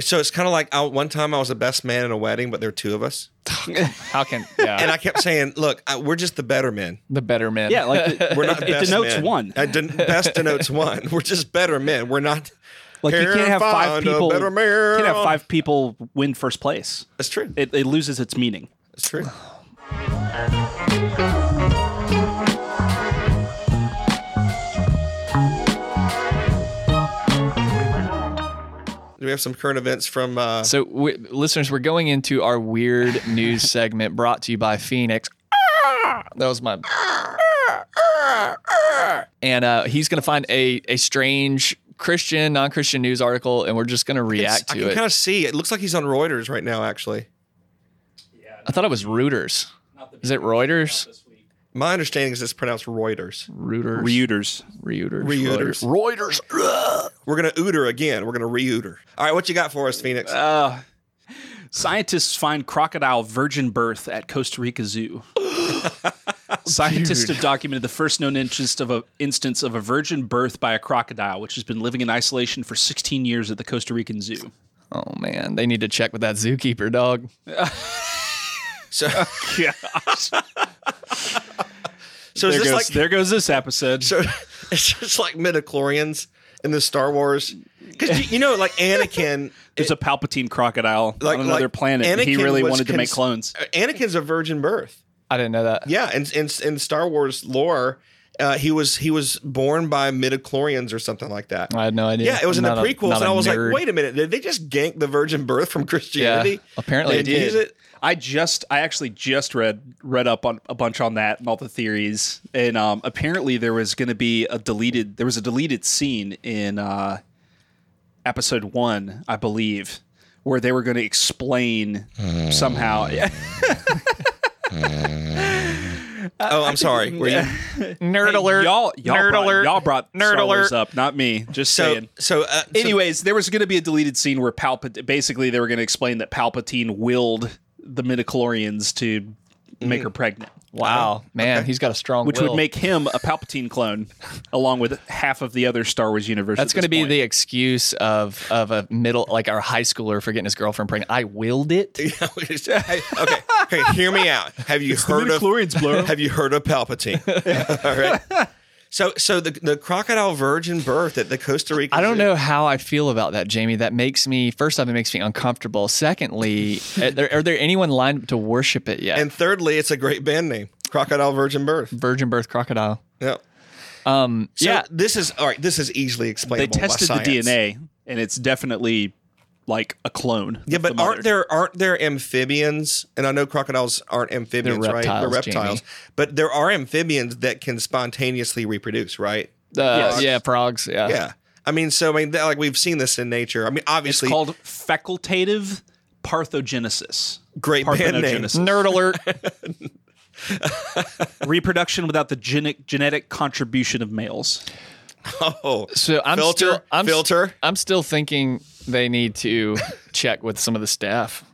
[SPEAKER 2] so it's kind of like I, one time I was the best man in a wedding, but there were two of us,
[SPEAKER 3] How can yeah?
[SPEAKER 2] and I kept saying, "Look, I, we're just the better men.
[SPEAKER 3] the better man.
[SPEAKER 1] yeah, like the,
[SPEAKER 2] We're not the
[SPEAKER 1] it, it
[SPEAKER 2] best
[SPEAKER 1] denotes
[SPEAKER 2] men.
[SPEAKER 1] one.
[SPEAKER 2] I den- best denotes one. We're just better men. We're not
[SPEAKER 1] Like you
[SPEAKER 2] Can't
[SPEAKER 1] can't have five
[SPEAKER 2] find a
[SPEAKER 1] people.
[SPEAKER 2] better
[SPEAKER 1] Can't have
[SPEAKER 2] man.
[SPEAKER 1] five people win first place.
[SPEAKER 2] That's true.
[SPEAKER 1] It, it loses its meaning.
[SPEAKER 2] That's true. Do we have some current events from? Uh,
[SPEAKER 3] So, we, listeners, we're going into our weird news segment brought to you by Phoenix. That was my. And uh, he's going to find a, a strange Christian, non Christian news article, and we're just going to react
[SPEAKER 2] I
[SPEAKER 3] to
[SPEAKER 2] can
[SPEAKER 3] it.
[SPEAKER 2] kind of see. It looks like he's on Reuters right now. Actually,
[SPEAKER 3] I thought it was Reuters. Is it Reuters?
[SPEAKER 2] my understanding is it's pronounced Reuters.
[SPEAKER 3] Reuters.
[SPEAKER 1] Reuters.
[SPEAKER 3] Reuters.
[SPEAKER 2] Reuters.
[SPEAKER 3] Reuters. Reuters.
[SPEAKER 2] We're gonna ooter again. We're gonna re-ooter. All right, what you got for us, Phoenix?
[SPEAKER 3] Uh,
[SPEAKER 1] Scientists find crocodile virgin birth at Costa Rica Zoo. Scientists have documented the first known instance of a instance of a virgin birth by a crocodile, which has been living in isolation for 16 years at the Costa Rican Zoo.
[SPEAKER 3] Oh, man. They need to check with that zookeeper, dog.
[SPEAKER 2] so,
[SPEAKER 1] Yeah,
[SPEAKER 2] so
[SPEAKER 1] there
[SPEAKER 2] is this
[SPEAKER 1] goes
[SPEAKER 2] like
[SPEAKER 1] there goes this episode.
[SPEAKER 2] so? It's just like midichlorians in the Star Wars, because you, you know, like Anakin.
[SPEAKER 1] There's a Palpatine crocodile
[SPEAKER 2] Like-
[SPEAKER 1] on another
[SPEAKER 2] like
[SPEAKER 1] planet. he
[SPEAKER 2] Anakin
[SPEAKER 1] really
[SPEAKER 2] was
[SPEAKER 1] wanted to make
[SPEAKER 2] cons-
[SPEAKER 1] clones.
[SPEAKER 2] Anakin's a virgin birth.
[SPEAKER 3] I didn't know that.
[SPEAKER 2] Yeah, and in, in, Star Wars lore, Uh, he was he was born by midichlorians or something like that.
[SPEAKER 3] I had no idea.
[SPEAKER 2] Yeah, it was in the
[SPEAKER 3] Uh, Not a-
[SPEAKER 2] prequels,
[SPEAKER 3] not
[SPEAKER 2] and
[SPEAKER 3] a
[SPEAKER 2] I was
[SPEAKER 3] nerd.
[SPEAKER 2] like, wait a minute, did they just gank the virgin birth from
[SPEAKER 3] Yeah,
[SPEAKER 2] Christianity?
[SPEAKER 3] apparently it
[SPEAKER 2] And use
[SPEAKER 3] did.
[SPEAKER 2] it?
[SPEAKER 1] I just, I actually just read read up on a bunch on that and all the theories, and um, apparently there was going to be a deleted, there was a deleted scene in uh, episode one, I believe, where they were going to explain somehow.
[SPEAKER 2] Oh, I'm sorry. Were you?
[SPEAKER 3] Nerd alert.
[SPEAKER 1] y'all, y'all
[SPEAKER 3] nerd
[SPEAKER 1] brought,
[SPEAKER 3] alert.
[SPEAKER 1] y'all brought
[SPEAKER 3] nerd
[SPEAKER 1] Star Wars
[SPEAKER 3] alert.
[SPEAKER 1] up, not me. Just
[SPEAKER 2] So,
[SPEAKER 1] saying.
[SPEAKER 2] so uh, so-
[SPEAKER 1] Anyways, there was going to be a deleted scene where Palpatine. Basically, they were going to explain that Palpatine willed the midichlorians to make her pregnant,
[SPEAKER 3] Wow, man, he's got a strong
[SPEAKER 1] which
[SPEAKER 3] will.
[SPEAKER 1] would make him a Palpatine clone, along with half of the other Star Wars universe.
[SPEAKER 3] That's
[SPEAKER 1] going to
[SPEAKER 3] be the excuse of of a middle like our high schooler for getting his girlfriend pregnant. I willed it.
[SPEAKER 2] Hey, okay, okay, hear me out. Have you heard of
[SPEAKER 1] midichlorians, bro.
[SPEAKER 2] Have you heard of Palpatine? All right. So, so the the crocodile virgin birth at the Costa Rica.
[SPEAKER 3] I don't
[SPEAKER 2] Zoo-
[SPEAKER 3] know how I feel about that, Jamie. That makes me first off, it makes me uncomfortable. Secondly, are there, are there anyone lined up to worship it yet?
[SPEAKER 2] And thirdly, it's a great band name, Crocodile Virgin Birth.
[SPEAKER 3] Virgin birth crocodile.
[SPEAKER 2] Yeah.
[SPEAKER 3] Um,
[SPEAKER 2] So
[SPEAKER 3] yeah,
[SPEAKER 2] This is all right. This is easily
[SPEAKER 1] They
[SPEAKER 2] explainable. by
[SPEAKER 1] tested the
[SPEAKER 2] science.
[SPEAKER 1] DNA, and it's definitely like a clone.
[SPEAKER 2] Yeah,
[SPEAKER 1] of
[SPEAKER 2] but
[SPEAKER 1] the
[SPEAKER 2] aren't
[SPEAKER 1] mother.
[SPEAKER 2] there aren't there amphibians? And I know crocodiles aren't amphibians,
[SPEAKER 3] They're
[SPEAKER 2] right?
[SPEAKER 3] reptiles, Jamie.
[SPEAKER 2] But there are amphibians that can spontaneously reproduce, right?
[SPEAKER 3] uh,
[SPEAKER 1] Yes.
[SPEAKER 3] yeah, frogs. Yeah.
[SPEAKER 2] Yeah. I mean, so I mean, that, like we've seen this in nature. I mean,
[SPEAKER 1] It's
[SPEAKER 2] obviously,
[SPEAKER 1] called facultative parthogenesis.
[SPEAKER 2] great band name.
[SPEAKER 1] Parthenogenesis.
[SPEAKER 3] Nerd alert.
[SPEAKER 1] Reproduction without the genetic genetic contribution of males.
[SPEAKER 2] Oh,
[SPEAKER 3] So I'm
[SPEAKER 2] filter,
[SPEAKER 3] still I'm,
[SPEAKER 2] filter.
[SPEAKER 3] I'm still thinking they need to check with some of the staff.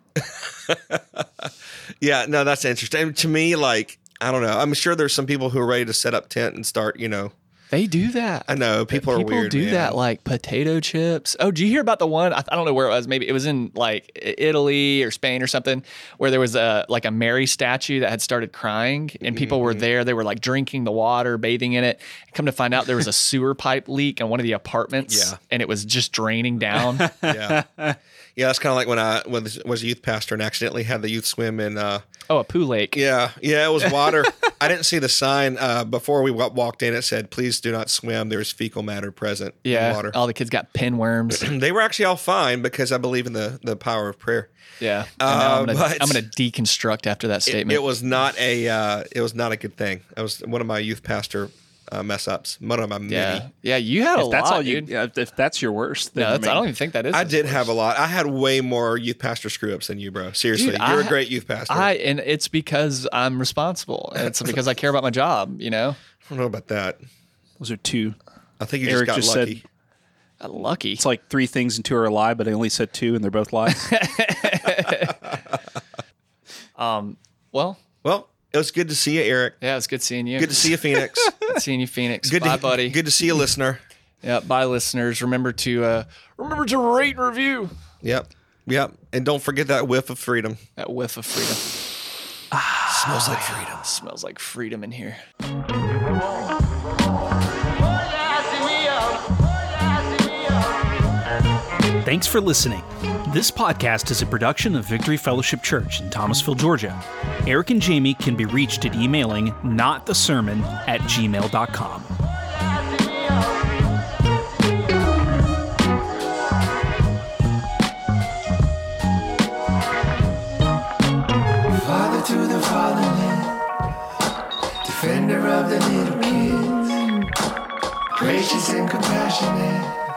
[SPEAKER 2] Yeah, no, that's interesting. And to me, like, I don't know. I'm sure there's some people who are ready to set up tent and start. You know,
[SPEAKER 3] They do that.
[SPEAKER 2] I know people,
[SPEAKER 3] people
[SPEAKER 2] are weird.
[SPEAKER 3] do
[SPEAKER 2] man.
[SPEAKER 3] that like potato chips oh do you hear about the one I, I don't know where it was maybe it was in like I- italy or spain or something where there was a like a mary statue that had started crying and people
[SPEAKER 2] Mm-hmm.
[SPEAKER 3] were there they were like drinking the water bathing in it come to find out there was a sewer pipe leak in one of the apartments
[SPEAKER 2] Yeah.
[SPEAKER 3] and it was just draining down
[SPEAKER 2] yeah, yeah. That's kind of like when I was, was a youth pastor and accidentally had the youth swim in. Uh,
[SPEAKER 3] oh a poo lake
[SPEAKER 2] yeah, yeah, it was water. I didn't see the sign uh, before we wa- walked in. It said, "Please do not swim. There's fecal matter present in
[SPEAKER 3] yeah
[SPEAKER 2] water."
[SPEAKER 3] all the kids got pinworms
[SPEAKER 2] they were actually all fine because I believe in the the power of prayer.
[SPEAKER 3] yeah And now
[SPEAKER 2] Uh,
[SPEAKER 3] I'm, gonna,
[SPEAKER 2] but-
[SPEAKER 3] I'm gonna deconstruct after that
[SPEAKER 2] It,
[SPEAKER 3] statement
[SPEAKER 2] it was not a uh, it was not a good thing. It was one of my youth pastor uh, mess ups. One of my many.
[SPEAKER 3] yeah yeah you had
[SPEAKER 1] If
[SPEAKER 3] a lot
[SPEAKER 1] that's all you.
[SPEAKER 3] dude.
[SPEAKER 1] If, if that's your worst, then
[SPEAKER 3] no, that's, I
[SPEAKER 1] mean-
[SPEAKER 3] don't even think that is.
[SPEAKER 2] I
[SPEAKER 3] his
[SPEAKER 2] did have a lot. I had way more youth pastor screw ups than you, bro. Seriously,
[SPEAKER 3] Dude,
[SPEAKER 2] you're a
[SPEAKER 3] I-
[SPEAKER 2] great youth pastor. I,
[SPEAKER 3] I and it's because I'm responsible. And It's because I care about my job. You know,
[SPEAKER 2] don't know about that.
[SPEAKER 1] Those are two.
[SPEAKER 2] I think you
[SPEAKER 1] Eric
[SPEAKER 2] just got
[SPEAKER 1] just
[SPEAKER 2] lucky.
[SPEAKER 1] said
[SPEAKER 2] Uh,
[SPEAKER 3] I'm lucky.
[SPEAKER 1] It's like three things and two are a lie, but I only said two and they're both lies.
[SPEAKER 3] Well,
[SPEAKER 2] well, it was good to see you, Eric.
[SPEAKER 3] yeah, it's good seeing you.
[SPEAKER 2] Good to see you, Phoenix.
[SPEAKER 3] Good seeing you, Phoenix.
[SPEAKER 2] Good
[SPEAKER 3] bye,
[SPEAKER 2] to,
[SPEAKER 3] buddy.
[SPEAKER 2] Good to see you, listener.
[SPEAKER 3] Yeah, bye, listeners. Remember to uh, remember to rate and review
[SPEAKER 2] Yep. Yep. And don't forget that whiff of freedom.
[SPEAKER 3] that whiff of freedom.
[SPEAKER 2] Smells like freedom.
[SPEAKER 3] Oh, smells like freedom in here.
[SPEAKER 4] Thanks for listening. This podcast is a production of Victory Fellowship Church in Thomasville, Georgia. Eric and Jamie can be reached at emailing notthesermon at gmail.com.
[SPEAKER 5] Father to the fatherland, defender of the little kids, gracious and compassionate,